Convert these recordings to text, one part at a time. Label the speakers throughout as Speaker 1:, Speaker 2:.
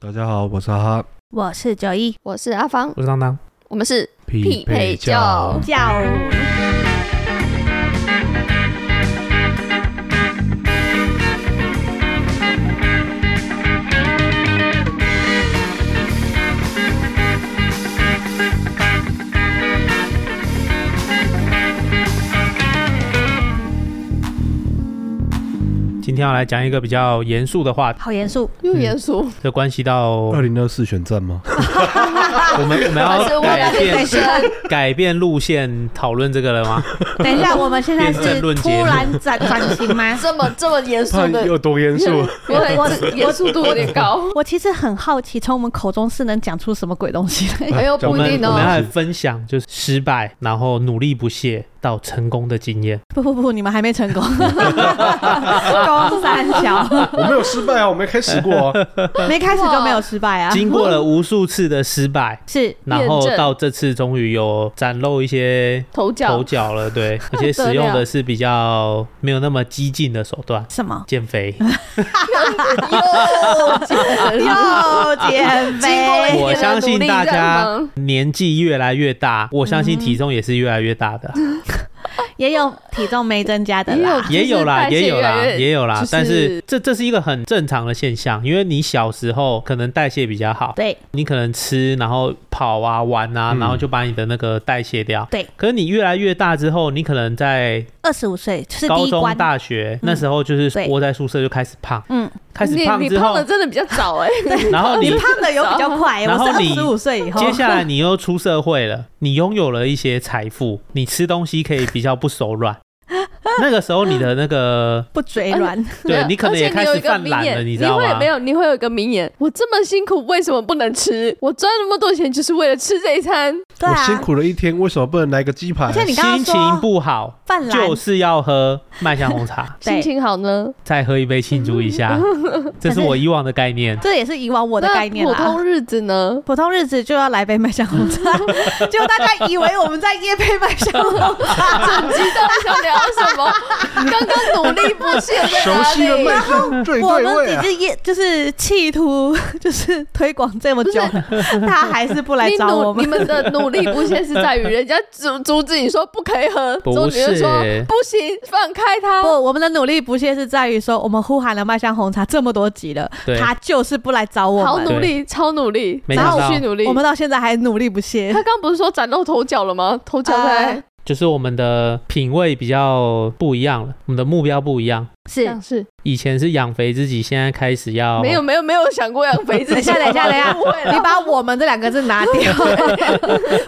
Speaker 1: 大家好，我是哈哈，
Speaker 2: 我是九一，
Speaker 3: 我是阿芳，
Speaker 4: 我是当当，
Speaker 3: 我们是
Speaker 1: 匹
Speaker 3: 配
Speaker 1: 教
Speaker 3: 教
Speaker 2: 叫
Speaker 4: 今天要来讲一个比较严肃的话题，
Speaker 2: 好严肃，
Speaker 3: 又严肃，
Speaker 4: 这关 系到
Speaker 1: 二零二四选战 吗？
Speaker 4: 我们我们
Speaker 3: 还是
Speaker 4: 要
Speaker 3: 为了
Speaker 4: 改
Speaker 3: 变
Speaker 4: 变
Speaker 3: 身？
Speaker 4: 改变路线讨论这个了 吗？
Speaker 2: 等一下，我们现在
Speaker 4: 变
Speaker 2: 是
Speaker 4: 政论
Speaker 2: 突
Speaker 4: 节目
Speaker 2: 然转转型吗？
Speaker 3: 这么这么严肃
Speaker 1: 他
Speaker 3: 的，
Speaker 1: 有多严肃？
Speaker 3: 我很严肃度有点高，
Speaker 2: 我其实很好奇，从我们口中是能讲出什么鬼东 西来？
Speaker 3: 哎呦
Speaker 1: 讲
Speaker 3: 不
Speaker 4: 我
Speaker 3: 一
Speaker 4: 们
Speaker 3: 定
Speaker 4: 我们要
Speaker 3: 哦。
Speaker 4: 来分享就是失败，然后努力不懈到成功的经验。
Speaker 2: 不不不，你们还没成 功，攻三小，
Speaker 1: 我没有失败啊，我没开始过啊。
Speaker 2: 没开始就没有失败啊，
Speaker 4: 经过了无数次的失败，
Speaker 2: 是
Speaker 4: 然后
Speaker 3: 验证
Speaker 4: 到这次终于有展露一些
Speaker 3: 头
Speaker 4: 头
Speaker 3: 角，
Speaker 4: 角 了，对，而且使用的是比较没有那么激进的手段，
Speaker 2: 什么？
Speaker 4: 减 肥。
Speaker 3: 又见了
Speaker 2: 又减
Speaker 3: 经过了一
Speaker 2: 肥，
Speaker 4: 我
Speaker 3: 天的
Speaker 4: 相
Speaker 3: 哎努
Speaker 4: 信
Speaker 3: 力，嗯
Speaker 4: 大
Speaker 3: 这样
Speaker 4: 家
Speaker 3: 吗
Speaker 4: 年纪越来越大，我相信体重也是越来越大的啊，
Speaker 2: 也有体重没增加的啦。
Speaker 4: 也 有啦，
Speaker 3: 啊就是代谢
Speaker 4: 也有
Speaker 3: 越
Speaker 4: 啦，
Speaker 3: 来越
Speaker 4: 也有啦
Speaker 3: 就。是
Speaker 4: 但是这这是一个很正常的现象，因为你小时候可能代谢比较好，
Speaker 2: 对，
Speaker 4: 你可能吃然后跑啊玩啊，
Speaker 1: 嗯
Speaker 4: 然后就把你的那个代谢掉。
Speaker 2: 对，
Speaker 4: 可是你越来越大之后，你可能在
Speaker 2: 二十五岁是第
Speaker 4: 高
Speaker 2: 一
Speaker 4: 中、
Speaker 2: 关，
Speaker 4: 大学
Speaker 2: 嗯
Speaker 4: 那时候就是
Speaker 2: 对
Speaker 4: 窝在宿舍就开始胖，
Speaker 2: 嗯，哦
Speaker 4: 开始
Speaker 3: 你
Speaker 4: 胖
Speaker 3: 你
Speaker 4: 之
Speaker 3: 胖
Speaker 4: 后
Speaker 3: 的，真的比较早哎，
Speaker 4: 然后
Speaker 2: 你
Speaker 4: 你
Speaker 2: 胖的有比较快，我
Speaker 4: 然后
Speaker 2: 是二
Speaker 4: 你
Speaker 2: 十五岁以后，
Speaker 4: 接下来你又出社会了，你拥有了一些财富，你吃东西可以比较不手软。那个时候你的那个，
Speaker 2: 不嘴软，
Speaker 4: 对你可能也开始犯懒了，
Speaker 3: 你
Speaker 4: 知道
Speaker 3: 会
Speaker 4: 吗
Speaker 3: 没？有，你会有一个名言：我这么辛苦，为什么不能吃？我赚那么多钱，就是为了吃这一餐。，
Speaker 2: 对
Speaker 1: 我辛
Speaker 2: 啊，
Speaker 1: 苦了一天，为什么不能来个鸡排
Speaker 2: 而？且你刚刚
Speaker 4: 心
Speaker 2: 说
Speaker 4: 情不好
Speaker 2: 犯懒
Speaker 4: 就是要喝麦香红茶
Speaker 2: 对
Speaker 3: 心情好呢？
Speaker 4: 再喝一杯庆祝一下，这是我以往的概念。
Speaker 2: 这也是以往我的
Speaker 3: 那
Speaker 2: 概念
Speaker 3: 普
Speaker 2: 啦。
Speaker 3: 通日子呢？
Speaker 2: 普通日子就要来杯麦香红茶，结果大家以为我们在夜配麦香红茶，
Speaker 3: 你到底想聊什 么？刚刚努力不懈在
Speaker 1: 熟
Speaker 3: 哪
Speaker 1: 悉的
Speaker 3: 里？
Speaker 1: 麦香最
Speaker 2: 啊我
Speaker 1: 对
Speaker 2: 们
Speaker 1: 味
Speaker 2: 只
Speaker 1: 啊！
Speaker 2: 是夜就是企图就是推广这么久，他还是不来
Speaker 3: 你
Speaker 2: 找我
Speaker 3: 努你
Speaker 2: 们。
Speaker 3: 们的努力不懈是在于人家阻阻止你说不可以喝，
Speaker 4: 不
Speaker 3: 阻止你
Speaker 4: 是
Speaker 3: 说不行，放开
Speaker 2: 不，
Speaker 3: 他。
Speaker 2: 我们的努力不懈是在于说，我们呼喊了麦香红茶这么多集了，
Speaker 4: 对，
Speaker 2: 他就是不来找我
Speaker 3: 好
Speaker 2: 们。
Speaker 3: 努力，超努力，
Speaker 4: 没想到
Speaker 3: 持续努力
Speaker 2: 我。们到现在还努力不懈
Speaker 3: 他，刚不是说崭露头角了吗？头角在
Speaker 2: 哎
Speaker 4: 就是我们的品味比较不一样了，我们的目标不一样。
Speaker 3: 这
Speaker 2: 是
Speaker 3: 样。是
Speaker 4: 以前是养肥自己，现在开始要
Speaker 3: 没有没有没有想过养肥自
Speaker 2: 等一
Speaker 3: 己。
Speaker 2: 下，等一下，等一下
Speaker 3: 不会，啦
Speaker 2: 你把我们这两个字拿掉，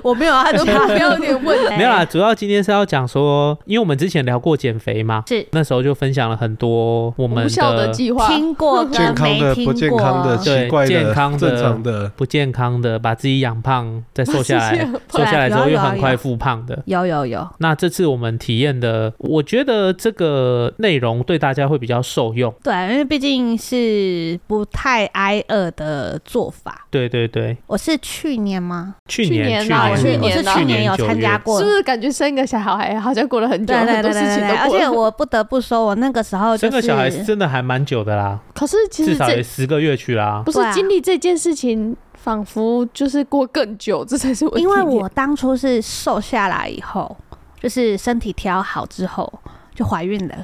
Speaker 2: 我没有要
Speaker 3: 都
Speaker 2: 加
Speaker 3: 不要脸问
Speaker 4: 没有啦，主要今天是要讲说，因为我们之前聊过减肥嘛，
Speaker 2: 是
Speaker 4: 那时候就分享了很多我们
Speaker 3: 无效的计划，
Speaker 2: 听过啊跟
Speaker 1: 健康的、
Speaker 2: 没听
Speaker 1: 不健康的、
Speaker 2: 过
Speaker 4: 对
Speaker 1: 奇怪
Speaker 4: 健
Speaker 1: 的、
Speaker 4: 康的
Speaker 1: 正常的，
Speaker 4: 不健康的，把自己养胖，再瘦下
Speaker 3: 是
Speaker 4: 来
Speaker 3: 是，
Speaker 4: 瘦下来之后
Speaker 2: 对啊有啊
Speaker 4: 又
Speaker 2: 有啊
Speaker 4: 很快复胖的。
Speaker 2: 有有有，
Speaker 4: 那这次我们体验的，我觉得这个内容对大家会比较受用。
Speaker 2: 对，因为毕竟是不太挨饿的做法。
Speaker 4: 对对对，
Speaker 2: 我是去年吗？
Speaker 4: 去
Speaker 3: 去
Speaker 4: 年
Speaker 3: 年啊
Speaker 2: 我
Speaker 3: 去
Speaker 2: 是我
Speaker 3: 年
Speaker 2: 是
Speaker 3: 啊
Speaker 2: 去年有
Speaker 4: 九
Speaker 2: 参加
Speaker 4: 月
Speaker 2: 过
Speaker 3: 是不。是感觉生个小孩好像过了很久，
Speaker 2: 对
Speaker 3: 很
Speaker 2: 对对
Speaker 3: 多
Speaker 2: 对
Speaker 3: 事
Speaker 2: 对
Speaker 3: 情
Speaker 2: 对，
Speaker 3: 都
Speaker 2: 而
Speaker 3: 过
Speaker 2: 且
Speaker 3: 了。
Speaker 2: 我不得不说，我那个时候就
Speaker 4: 生个
Speaker 2: 是
Speaker 4: 小孩是真的还蛮久的啦，
Speaker 3: 可是其
Speaker 4: 至
Speaker 3: 实
Speaker 4: 少也
Speaker 3: 这
Speaker 4: 十个月去啦。
Speaker 3: 不是
Speaker 2: 对啊
Speaker 3: 经历这件事情，仿佛就是过更久，这才是我
Speaker 2: 因为
Speaker 3: 体验
Speaker 2: 我当初是瘦下来以后，就是身体调好之后就怀孕了。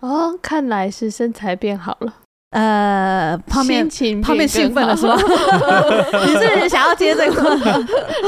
Speaker 3: 哦，看来是身材变好了，
Speaker 2: 呃，泡面
Speaker 3: 心情
Speaker 2: 泡面
Speaker 3: 变
Speaker 2: 兴奋
Speaker 3: 更
Speaker 2: 的
Speaker 3: 好
Speaker 2: 说， 你是想要接这个 吗？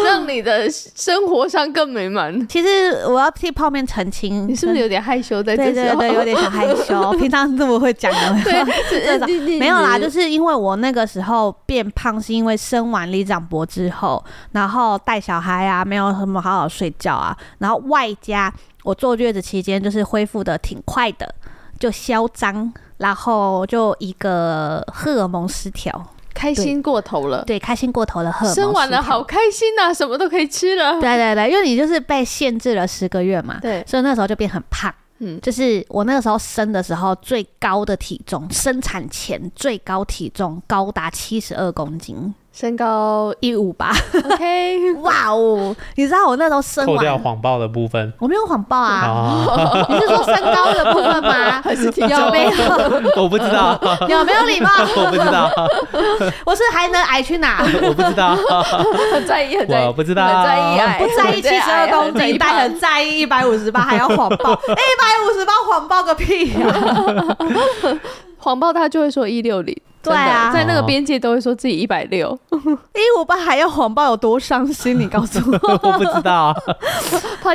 Speaker 3: 让你的生活上更美满。
Speaker 2: 其实我要替泡面澄清，
Speaker 3: 你是不是有点害羞在
Speaker 2: 对
Speaker 3: 这
Speaker 2: 对
Speaker 3: 时候？
Speaker 2: 对，有点小害羞，平常这么会讲的。这种
Speaker 3: 对， 你
Speaker 2: 没有啦，就是因为我那个时候变胖，是因为生完李长博之后，然后带小孩啊，没有什么好好睡觉啊，然后外加我坐月子期间就是恢复的挺快的，就嚣张，然后就一个荷尔蒙失调，
Speaker 3: 开心过头了，
Speaker 2: 对，开心过头的荷尔蒙失调
Speaker 3: 生完了好。开心呐，什么都可以吃了。
Speaker 2: 对对对，因为你就是被限制了十个月嘛，
Speaker 3: 对，
Speaker 2: 所以那时候就变很胖。
Speaker 3: 嗯，
Speaker 2: 就是我那个时候生的时候最高的体重，生产前最高体重高达七十二公斤，
Speaker 3: 身高
Speaker 2: 一五八，
Speaker 3: OK，
Speaker 2: 哇哦！你知道我那时候生
Speaker 4: 扣掉
Speaker 2: 完，
Speaker 4: 谎报的部分。
Speaker 2: 我没有谎报 啊，
Speaker 4: 啊，
Speaker 2: 你是说身高的部分吗？
Speaker 3: 还是 挺
Speaker 2: 有没有
Speaker 4: 我不知道，
Speaker 2: 有没有礼貌？
Speaker 4: 我不知道，
Speaker 2: 我是还能矮去 哪？
Speaker 4: 我不知道。
Speaker 3: 很 在意，很在意，
Speaker 4: 我不知道
Speaker 3: 很在意哎矮，
Speaker 2: 不在意七十二公 斤，
Speaker 3: 但
Speaker 2: 但很在意一百五十八，还要谎 报，一百五十八谎报个屁啊呀、
Speaker 3: 谎报他就会说一六零，
Speaker 2: 对啊
Speaker 3: 真的在那个边界都会说自己一百六，
Speaker 2: 一五八还要谎报有多伤心？你告诉我，
Speaker 4: 我不知道，
Speaker 3: 怕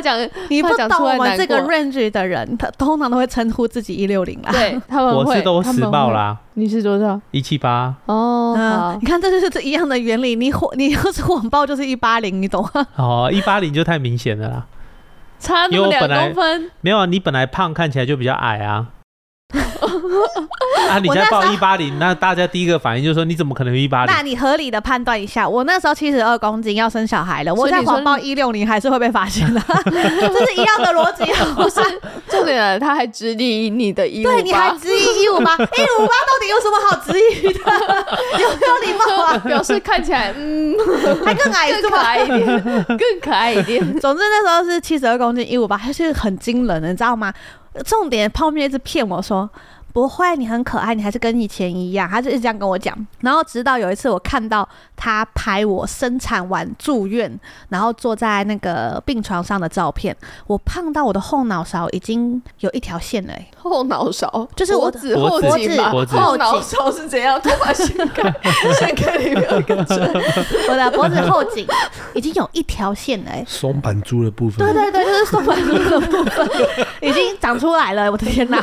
Speaker 3: 讲
Speaker 2: 你不
Speaker 3: 怕讲
Speaker 2: 懂
Speaker 3: 出
Speaker 2: 我
Speaker 3: 来
Speaker 2: 们
Speaker 3: 难
Speaker 2: 这个
Speaker 3: 过。
Speaker 2: range 的人，他通常都会称呼自己一六零啦。
Speaker 3: 对 他们
Speaker 4: 我
Speaker 3: 会，
Speaker 4: 是都
Speaker 3: 他
Speaker 4: 实
Speaker 3: 们会
Speaker 4: 报。啦，
Speaker 3: 你是多少？
Speaker 4: 一七八，
Speaker 3: 哦
Speaker 2: 嗯，，你看这就是一样的原理。你谎，你要是谎报就是一八零，你懂吗？
Speaker 4: 哦，一八零就太明显了啦。
Speaker 3: 差那
Speaker 4: 因为
Speaker 3: 么
Speaker 4: 我
Speaker 3: 两
Speaker 4: 本来
Speaker 3: 公分，
Speaker 4: 没有啊，你本来胖看起来就比较矮 啊。啊，你
Speaker 2: 我那
Speaker 4: 在
Speaker 2: 时候
Speaker 4: 报一八零，那大家第一个反应就是说，你怎么可能一八零
Speaker 2: 那？你合理的判断一下，我那时候七十二公斤要生小孩了，
Speaker 3: 所
Speaker 2: 我
Speaker 3: 以你
Speaker 2: 在
Speaker 3: 说
Speaker 2: 谎报一六零还是会被发现 的，这是一样的逻辑啊。
Speaker 3: 不是重点了，他还质疑 你的一五
Speaker 2: 对，你还质疑一五八，一五八到底有什么好质疑 的？有没有礼貌啊？
Speaker 3: 表示看起来嗯
Speaker 2: 还更矮
Speaker 3: 更
Speaker 2: 是
Speaker 3: 可
Speaker 2: 吗？
Speaker 3: 爱一点，更可爱一 点。
Speaker 2: 总之那时候是七十二公斤一五八，还是很惊人的，你知道吗？重点泡面一直骗我说。不会，你很可爱，你还是跟以前一样。他就一直这样跟我讲，然后直到有一次我看到他拍我生产完住院，然后坐在那个病床上的照片，我胖到我的后脑勺已经有一条线了、欸
Speaker 3: 后脑勺
Speaker 2: 就是我
Speaker 3: 脖子后
Speaker 4: 脖子
Speaker 3: 颈吧，
Speaker 4: 脖子
Speaker 3: 后脑勺是怎样？头发掀 开，掀开里面有一个针。
Speaker 2: 我的脖子后颈已经有一条线了、欸
Speaker 1: 松板猪的部分
Speaker 2: 对，对对，就是松板猪的部分已经长出来了，我的天哪！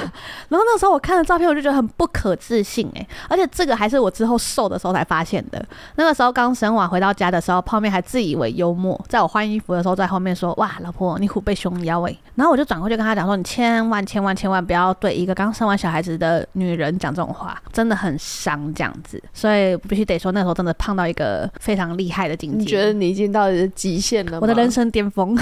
Speaker 2: 然后那时候我看了照片，我就觉得很不可置信哎、而且这个还是我之后瘦的时候才发现的。那个时候刚生完回到家的时候，泡面还自以为幽默，在我换衣服的时候，在后面说：“哇，老婆，你虎背熊腰哎、然后我就转过去跟他讲说：“你千万千万千万不要对一个刚生完小孩子的女人讲这种话，真的很伤这样子。”所以必须得说，那时候真的胖到一个非常厉害的境界。
Speaker 3: 你觉得你已经到你的极限了吗？
Speaker 2: 我的人生巅峰？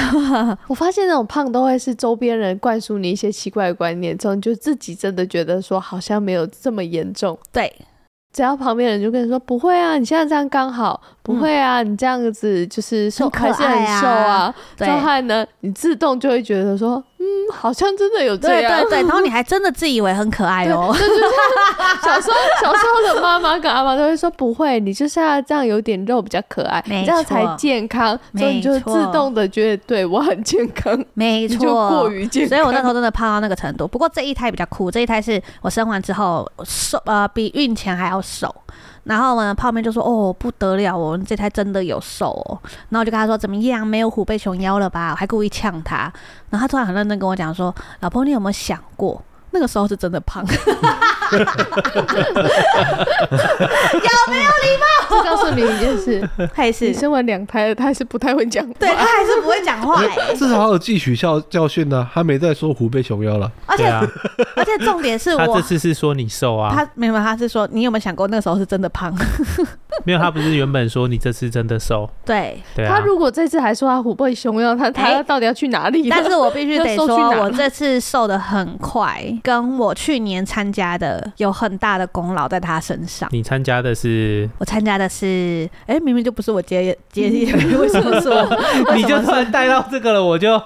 Speaker 3: 我发现那种胖都会是周边人灌输你一些奇怪的观念之后，你就自己真的觉得说好像没有这么严重。
Speaker 2: 对。
Speaker 3: 只要旁边人就跟你说不会啊，你现在这样刚好，不会啊，你这样子就是瘦
Speaker 2: 嗯很可爱啊
Speaker 3: 还是很瘦啊。
Speaker 2: 对
Speaker 3: 之后呢，你自动就会觉得说，嗯，好像真的有这
Speaker 2: 对
Speaker 3: 样。
Speaker 2: 对对，然后你还真的自以为很可爱哦。
Speaker 3: 啊对，就是小时候小时候的妈妈跟阿妈都会说，不会，你就是要这样有点肉比较可爱，
Speaker 2: 没
Speaker 3: 你这样才
Speaker 2: 错
Speaker 3: 健康。所以你
Speaker 2: 没
Speaker 3: 就
Speaker 2: 错
Speaker 3: 自动的觉得，对我很健康，
Speaker 2: 没
Speaker 3: 你就过
Speaker 2: 错。
Speaker 3: 于健
Speaker 2: 所
Speaker 3: 康。
Speaker 2: 以我那时候真的胖到那个程度。不过这一胎比较酷，这一胎是我生完之后瘦，呃，比孕前还要瘦。然后呢，泡面就说：“哦，不得了哦，你这胎真的有瘦哦。”然后我就跟他说：“怎么样，没有虎背熊腰了吧？”我还故意呛他。然后他突然很认真跟我讲说：“老婆，你有没有想过，那个时候是真的胖？
Speaker 3: 这告诉你一件 事，
Speaker 2: 他也是
Speaker 3: 你，生完两胎了，他还是不太会讲话。
Speaker 2: 对啊他还是不会讲 话、
Speaker 4: 啊
Speaker 2: 欸。”
Speaker 1: 至少有汲取教教训呢。他没再说虎背熊腰了，
Speaker 2: 而
Speaker 4: 对
Speaker 2: 且、
Speaker 4: 啊，
Speaker 2: 而且重点是
Speaker 4: 他这
Speaker 2: 我，
Speaker 4: 次是说你瘦啊，
Speaker 2: 他没有，他是说你有没有想过那个时候是真的胖？
Speaker 4: 没有，他不是原本说你这次真的瘦，
Speaker 2: 对，
Speaker 4: 对
Speaker 3: 他
Speaker 4: 啊，
Speaker 3: 如果这次还说他虎背熊腰，他他
Speaker 2: 哎
Speaker 3: 到底要去哪里了？
Speaker 2: 但是我必须得
Speaker 3: 要瘦去
Speaker 2: 说
Speaker 3: 哪，
Speaker 2: 我这次瘦的很快，跟我去年参加的有很大的功劳在他身上。
Speaker 4: 你参加的是，
Speaker 2: 我参加的是，哎、明明就不是我接接， 为什么是我？
Speaker 4: 你就突然带到这个了，我就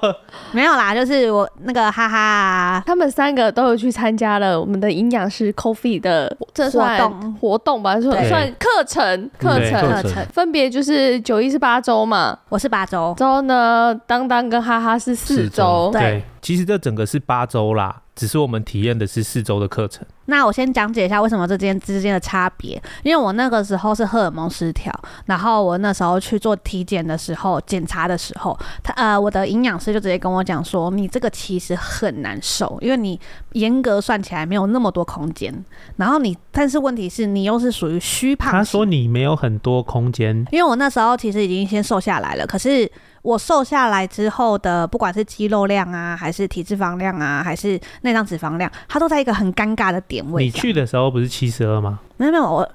Speaker 2: 没有啦，就是我那个哈哈，
Speaker 3: 他们三个都有去参加了我们的营养师 Coffee 的这算
Speaker 2: 活动
Speaker 3: 活动吧，算
Speaker 4: 对
Speaker 3: 算课程课
Speaker 4: 对
Speaker 3: 程，
Speaker 1: 课
Speaker 2: 课
Speaker 1: 程
Speaker 2: 程，
Speaker 3: 分别就是九一是八周嘛，
Speaker 2: 我是八周，
Speaker 3: 之后呢，当当跟哈哈是四
Speaker 1: 四周
Speaker 3: 周，
Speaker 2: 对
Speaker 4: 对，其实这整个是八周啦，只是我们体验的是四周的课程。
Speaker 2: 那我先讲解一下为什么这间之间的差别，因为我那个时候是荷尔蒙失调，然后我那时候去做体检的时候，检查的时候，他呃我的营养师就直接跟我讲说，你这个其实很难受，因为你严格算起来没有那么多空间，然后你但是问题是你又是属于虚胖型，
Speaker 4: 他说你没有很多空间，
Speaker 2: 因为我那时候其实已经先瘦下来了，可是我瘦下来之后的，不管是肌肉量啊，还是体脂肪量啊，还是内脏脂肪量，它都在一个很尴尬的点位
Speaker 4: 你
Speaker 2: 上。
Speaker 4: 去的时候不是七十二吗？
Speaker 2: 没有没有，我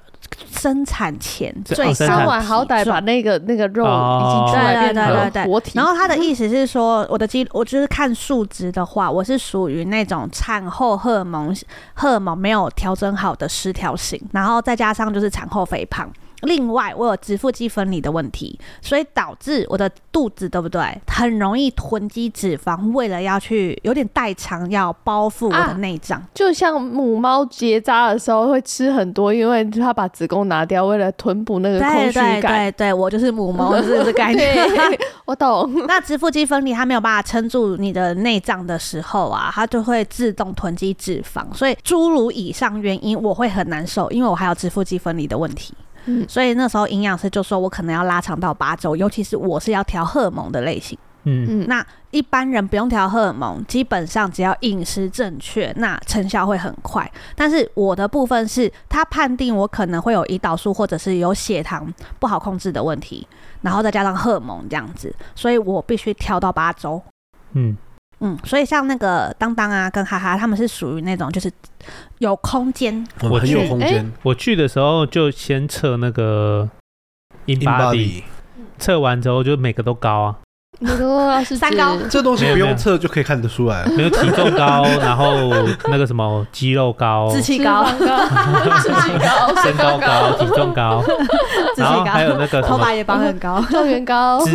Speaker 2: 生产前
Speaker 4: 这
Speaker 2: 最
Speaker 4: 哦生
Speaker 2: 高
Speaker 4: 产
Speaker 3: 当晚好歹
Speaker 2: 体重
Speaker 3: 把那个那个肉
Speaker 4: 哦
Speaker 3: 已经出来
Speaker 2: 对对
Speaker 3: 变成
Speaker 2: 对对
Speaker 3: 活体，
Speaker 2: 然后他的意思是说，我的肌，我就是看数值的话，我是属于那种产后荷尔蒙荷尔蒙没有调整好的失调型，然后再加上就是产后肥胖。另外，我有直腹肌分离的问题，所以导致我的肚子对不对，很容易囤积脂肪，为了要去有点代偿，要包覆我的
Speaker 3: 啊
Speaker 2: 内脏。
Speaker 3: 就像母猫结扎的时候会吃很多，因为它把子宫拿掉，为了填补那个空
Speaker 2: 对
Speaker 3: 虚
Speaker 2: 对
Speaker 3: 感。
Speaker 2: 对对，我就是母猫，是不是概念？
Speaker 3: 对 我懂。
Speaker 2: 那直腹肌分离它没有办法撑住你的内脏的时候啊，它就会自动囤积脂肪，所以诸如以上原因，我会很难受，因为我还有直腹肌分离的问题。
Speaker 3: 嗯
Speaker 2: 所以那时候营养师就说我可能要拉长到八周，尤其是我是要调荷尔蒙的类型。
Speaker 4: 嗯，
Speaker 3: 嗯，
Speaker 2: 那一般人不用调荷尔蒙，基本上只要饮食正确，那成效会很快。但是我的部分是，他判定我可能会有胰岛素或者是有血糖不好控制的问题，然后再加上荷尔蒙这样子，所以我必须调到八周。
Speaker 4: 嗯，
Speaker 2: 嗯，所以像那个当当啊跟哈哈，他们是属于那种就是有空间，
Speaker 1: 我
Speaker 4: 我
Speaker 1: 很有
Speaker 3: 去
Speaker 1: 空
Speaker 3: 哎
Speaker 1: 间。
Speaker 4: 我去的时候就先测那个 in
Speaker 1: 哎
Speaker 4: body，
Speaker 1: Inbody
Speaker 4: 测完之后就每个都高啊，
Speaker 3: 你说是
Speaker 2: 三
Speaker 3: 指
Speaker 2: 高
Speaker 1: 这东西不
Speaker 4: 没有没
Speaker 1: 用
Speaker 4: 有
Speaker 1: 测就可以看得出来。
Speaker 4: 没有体重 高，然后那个什么肌肉高、
Speaker 2: 志
Speaker 4: 身
Speaker 2: 气高，
Speaker 3: 脂肪高自己高，
Speaker 4: 高高、体 重高，
Speaker 2: 志气
Speaker 4: 然后还有
Speaker 2: 高，
Speaker 4: 那个什
Speaker 2: 头
Speaker 4: 么
Speaker 2: 发也绑很高，
Speaker 3: 状元 高，
Speaker 4: 脂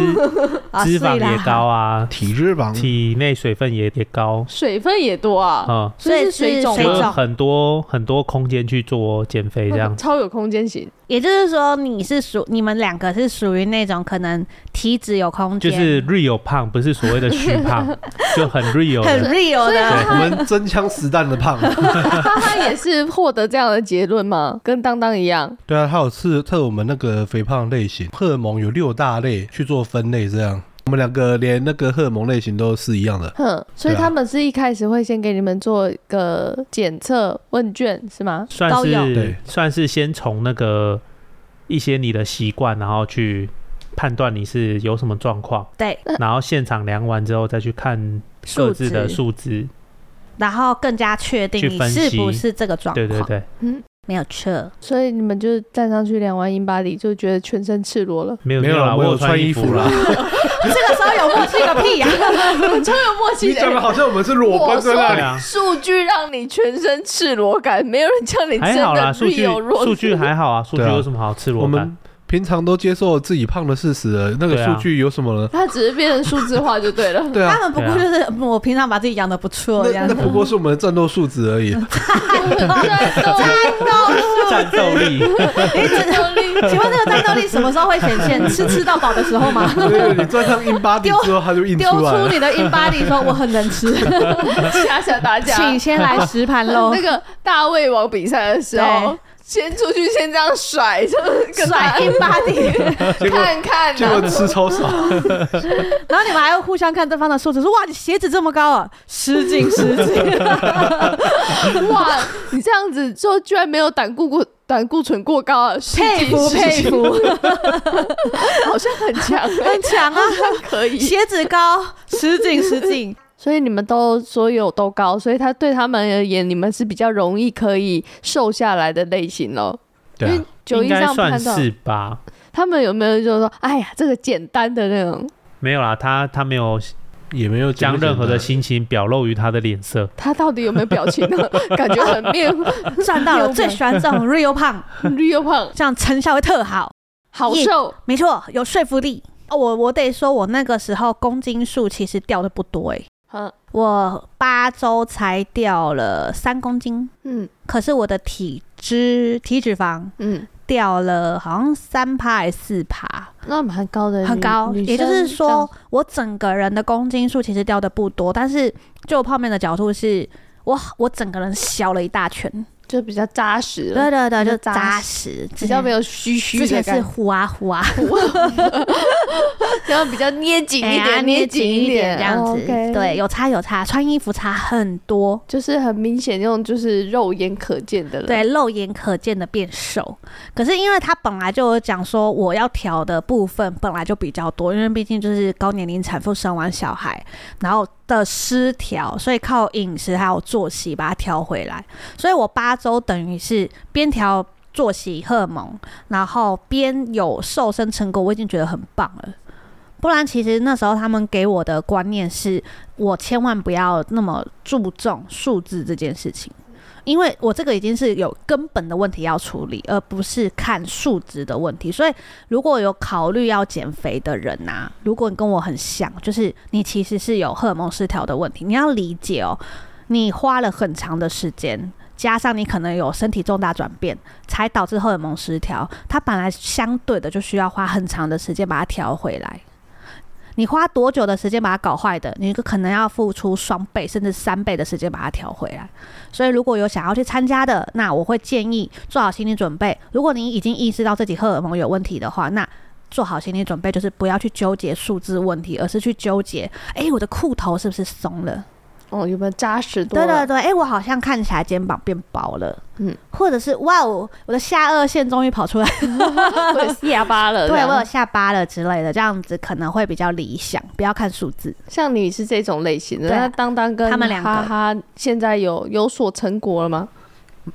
Speaker 2: 啊
Speaker 4: 脂肪
Speaker 2: 是啦
Speaker 4: 也高啊，
Speaker 1: 体脂肪
Speaker 4: 体内水分也也高
Speaker 3: 水分也多啊，
Speaker 4: 啊，
Speaker 2: 所以
Speaker 3: 是
Speaker 2: 是
Speaker 3: 水肿
Speaker 4: 就
Speaker 2: 水
Speaker 3: 吗
Speaker 2: 肿
Speaker 4: 是很多很多空间去做减肥这样。
Speaker 3: 超有空间型，
Speaker 2: 也就是说，你是属你们两个是属于那种可能体脂有空
Speaker 4: 就
Speaker 2: 间，
Speaker 4: 是 real 胖，不是所谓的虚 胖，就很 real
Speaker 2: 很
Speaker 4: 的。
Speaker 2: real
Speaker 3: 所以
Speaker 2: 的。
Speaker 1: 对，我们真枪实弹的 胖。
Speaker 3: 哈哈也是获得这样的结论吗？跟当当一样，
Speaker 1: 对啊，他有测测我们那个肥胖类型，荷尔蒙有六大类去做分类，这样我们两个连那个荷尔蒙类型都是一样的。
Speaker 3: 哼，所以
Speaker 1: 对啊
Speaker 3: 他们是一开始会先给你们做一个检测问卷是吗？
Speaker 4: 算
Speaker 2: 都有
Speaker 4: 是
Speaker 1: 对
Speaker 4: 算是先从那个一些你的习惯，然后去判断你是有什么状况，
Speaker 2: 对，
Speaker 4: 然后现场量完之后再去看各自的
Speaker 2: 数值，
Speaker 4: 数值。
Speaker 2: 然后更加确定
Speaker 4: 去
Speaker 2: 你
Speaker 4: 分析
Speaker 2: 是不是这个状况，
Speaker 4: 对对对，
Speaker 2: 没有错。
Speaker 3: 嗯所以你们就站上去量完 in body 就觉得全身赤裸了，
Speaker 4: 没有
Speaker 1: 没有
Speaker 4: 啦，
Speaker 1: 啦，我
Speaker 4: 有
Speaker 1: 有穿
Speaker 4: 衣
Speaker 1: 衣服 啦
Speaker 4: 啦。。
Speaker 2: 这个时候有默契个屁 呀、
Speaker 3: 超有默契
Speaker 1: 你
Speaker 3: 的
Speaker 1: 讲的
Speaker 3: 欸。
Speaker 1: 好像我们是裸奔在那
Speaker 4: 对
Speaker 1: 里。
Speaker 4: 啊，
Speaker 3: 数据让你全身赤裸感，没有人叫你真
Speaker 4: 还好啦，
Speaker 3: 的
Speaker 4: 数据
Speaker 3: real 弱
Speaker 4: 数据还好啊，数据
Speaker 1: 对啊
Speaker 4: 有什么好赤
Speaker 1: 我
Speaker 4: 裸感？
Speaker 1: 们平常都接受自己胖的事实了，那个
Speaker 4: 对啊
Speaker 1: 数据有什么呢？。
Speaker 3: 它只是变成数字化就对 了
Speaker 1: 对啊
Speaker 2: 他，们不过就是、嗯我平常把自己养的不错这
Speaker 1: 那
Speaker 2: 样
Speaker 1: 那
Speaker 2: 子。
Speaker 1: 不过是我们的战斗数值而已。
Speaker 3: 战
Speaker 4: 战斗力，
Speaker 2: 哎，这
Speaker 3: 斗力
Speaker 2: 请问这个战斗力什么时候会显现？是吃到饱的时候 吗？
Speaker 1: 对，你站上硬巴底之后，它就印
Speaker 2: 丢
Speaker 1: 出来
Speaker 2: 出
Speaker 1: 了。
Speaker 2: 你的 in body 说我很能吃，
Speaker 3: 恰恰打架。
Speaker 2: 请先来十盘喽
Speaker 3: 那。个大胃王比赛的时候
Speaker 2: 对，
Speaker 3: 先出去先这样甩，就
Speaker 2: 甩 in body，
Speaker 1: 结果
Speaker 3: 看看
Speaker 1: 结
Speaker 3: 呐、
Speaker 1: 果吃超少，
Speaker 2: 然后你们还会互相看对方的数值，说哇你鞋子这么高啊，失敬失敬。
Speaker 3: 哇，你这样子就居然没有胆固醇胆固醇过高啊！是
Speaker 2: 佩服
Speaker 3: 是
Speaker 2: 佩服，
Speaker 3: 好像很强、
Speaker 2: 很强啊！
Speaker 3: 可以。
Speaker 2: 鞋子高，失敬失敬。
Speaker 3: 所以你们都所有都高，所以他对他们而言，你们是比较容易可以瘦下来的类型咯。
Speaker 1: 对
Speaker 3: 因
Speaker 1: 啊
Speaker 3: 为，九
Speaker 4: 应
Speaker 3: 一
Speaker 4: 该
Speaker 3: 上
Speaker 4: 算
Speaker 3: 判断，
Speaker 4: 是吧？
Speaker 3: 他们有没有就是说，哎呀，这个简单的那种，
Speaker 4: 没有啦，他他没有
Speaker 1: 也没有
Speaker 4: 将任何的
Speaker 1: 心。
Speaker 4: 心情表露于他的脸色。
Speaker 3: 他到底有没有表情 呢？感觉很面
Speaker 2: 赚到了，最喜欢这 种 real 胖，
Speaker 3: 绿又胖，
Speaker 2: 这样成效会特好。
Speaker 3: 好
Speaker 2: 耶
Speaker 3: 瘦。
Speaker 2: 没错，有说服力。哦，我我得说，我那个时候公斤数其实掉的不多诶、
Speaker 3: 嗯
Speaker 2: 我八周才掉了三公斤，
Speaker 3: 嗯
Speaker 2: 可是我的体脂体脂肪
Speaker 3: 嗯，
Speaker 2: 掉了好像三趴还是四趴，
Speaker 3: 那蛮高的，
Speaker 2: 很
Speaker 3: 女
Speaker 2: 高，
Speaker 3: 女
Speaker 2: 也就是
Speaker 3: 生这样
Speaker 2: 说，我整个人的公斤数其实掉的不多，但是就泡面的角度是，我我整个人小了一大圈。
Speaker 3: 就比较扎实了，
Speaker 2: 对对对，
Speaker 3: 比较
Speaker 2: 就扎
Speaker 3: 扎
Speaker 2: 实，之
Speaker 3: 比较
Speaker 2: 前
Speaker 3: 没有虚虚
Speaker 2: 之前
Speaker 3: 的
Speaker 2: 是
Speaker 3: 感觉，
Speaker 2: 糊啊糊啊，
Speaker 3: 然后比较捏 紧
Speaker 2: 哎
Speaker 3: 一
Speaker 2: 呀
Speaker 3: 点，
Speaker 2: 捏
Speaker 3: 紧
Speaker 2: 紧一点这样子。
Speaker 3: OK
Speaker 2: 对，有差有差，穿衣服差很多。
Speaker 3: 就是很明显那种就是肉眼可见的了。
Speaker 2: 对，肉眼可见的变瘦。可是因为他本来就有讲说，我要调的部分本来就比较多，因为毕竟就是高年龄产妇生完小孩，然后的失调，所以靠饮食还有作息把它调回来。所以我八周等于是边调作息、荷尔蒙，然后边有瘦身成果，我已经觉得很棒了。不然，其实那时候他们给我的观念是，我千万不要那么注重数字这件事情。因为我这个已经是有根本的问题要处理，而不是看数值的问题。所以如果有考虑要减肥的人呐、如果你跟我很像，就是你其实是有荷尔蒙失调的问题，你要理解哦，你花了很长的时间。加上你可能有身体重大转变，才导致荷尔蒙失调。它本来相对的就需要花很长的时间把它调回来。你花多久的时间把它搞坏的，你可能要付出双倍甚至三倍的时间把它调回来。所以如果有想要去参加的，那我会建议做好心理准备。如果你已经意识到自己荷尔蒙有问题的话，那做好心理准备，就是不要去纠结数字问题，而是去纠结，诶，我的裤头是不是松了？
Speaker 3: 哦，有没有扎实多
Speaker 2: 对
Speaker 3: 了？
Speaker 2: 对对，诶，我好像看起来肩膀变薄了，
Speaker 3: 嗯
Speaker 2: 嗯，或者是哇哦，我的下颚线终于跑出来了
Speaker 3: 我 有下巴了。
Speaker 2: 对
Speaker 3: 这样
Speaker 2: 我有下巴了之类的，这样子可能会比较理想，不要看数字。
Speaker 3: 像你是这种类型的，
Speaker 2: 对啊
Speaker 3: 那当当跟
Speaker 2: 他们两个
Speaker 3: 哈哈现在有有所成果了吗？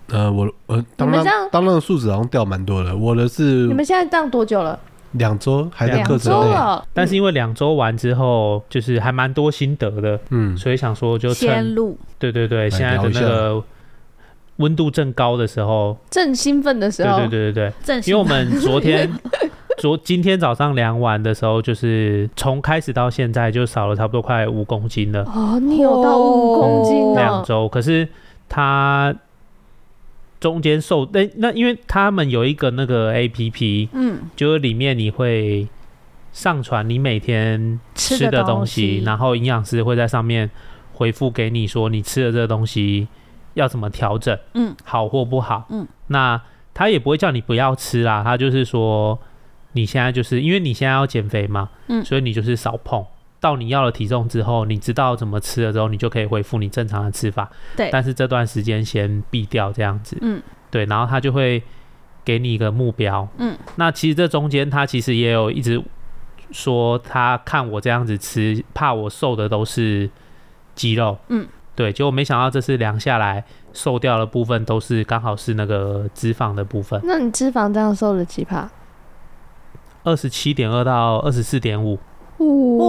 Speaker 1: 呃，我呃，当
Speaker 3: 你们
Speaker 1: 当
Speaker 3: 这样
Speaker 1: 当当的数值好像掉蛮多的，我的是
Speaker 4: 嗯
Speaker 3: 你们现在这样多久了？
Speaker 1: 两周还在
Speaker 4: 两
Speaker 1: 课
Speaker 3: 两
Speaker 1: 程
Speaker 3: 周
Speaker 1: 内，
Speaker 3: 了。
Speaker 4: 但是因为两周完之后，就是还蛮多心得的，
Speaker 1: 嗯，
Speaker 4: 所以想说就
Speaker 2: 先
Speaker 4: 趁
Speaker 2: 录，
Speaker 4: 对对对，
Speaker 1: 来
Speaker 4: 现在
Speaker 1: 聊
Speaker 4: 的
Speaker 1: 一
Speaker 4: 那
Speaker 1: 下
Speaker 4: 个温度正高的时候，
Speaker 3: 正兴奋的时
Speaker 4: 对
Speaker 3: 候，
Speaker 4: 对对对对，
Speaker 2: 正
Speaker 4: 因为我们昨 天昨今天早上量完的时候，就是从开始到现在就少了差不多快五公斤了，
Speaker 3: 哦，你有到五公斤哦
Speaker 4: 两
Speaker 3: 呢、
Speaker 4: 周。可是他中间瘦，那、那因为他们有一个那个 A P P，
Speaker 2: 嗯，
Speaker 4: 就是里面你会上传你每天
Speaker 2: 吃
Speaker 4: 吃
Speaker 2: 的
Speaker 4: 的
Speaker 2: 东
Speaker 4: 东西
Speaker 2: 西，
Speaker 4: 然后营养师会在上面回复给你说你吃的这个东西要怎么调整，
Speaker 2: 嗯，
Speaker 4: 好或不好，
Speaker 2: 嗯，
Speaker 4: 那他也不会叫你不要吃啦，他就是说你现在就是因为你现在要减肥嘛，
Speaker 2: 嗯
Speaker 4: 所以你就是少碰。到你要的体重之后，你知道怎么吃了之后，你就可以恢复你正常的吃法。
Speaker 2: 对
Speaker 4: 但是这段时间先避掉这样子。
Speaker 2: 嗯，
Speaker 4: 对，然后他就会给你一个目标。
Speaker 2: 嗯，
Speaker 4: 那其实这中间他其实也有一直说，他看我这样子吃，怕我瘦的都是肌肉。
Speaker 2: 嗯，
Speaker 4: 对，结果没想到这次量下来，瘦掉的部分都是刚好是那个脂肪的部分，
Speaker 3: 那你脂肪这样瘦了几趴？
Speaker 4: 二十七点二到二十四点五，
Speaker 2: 哦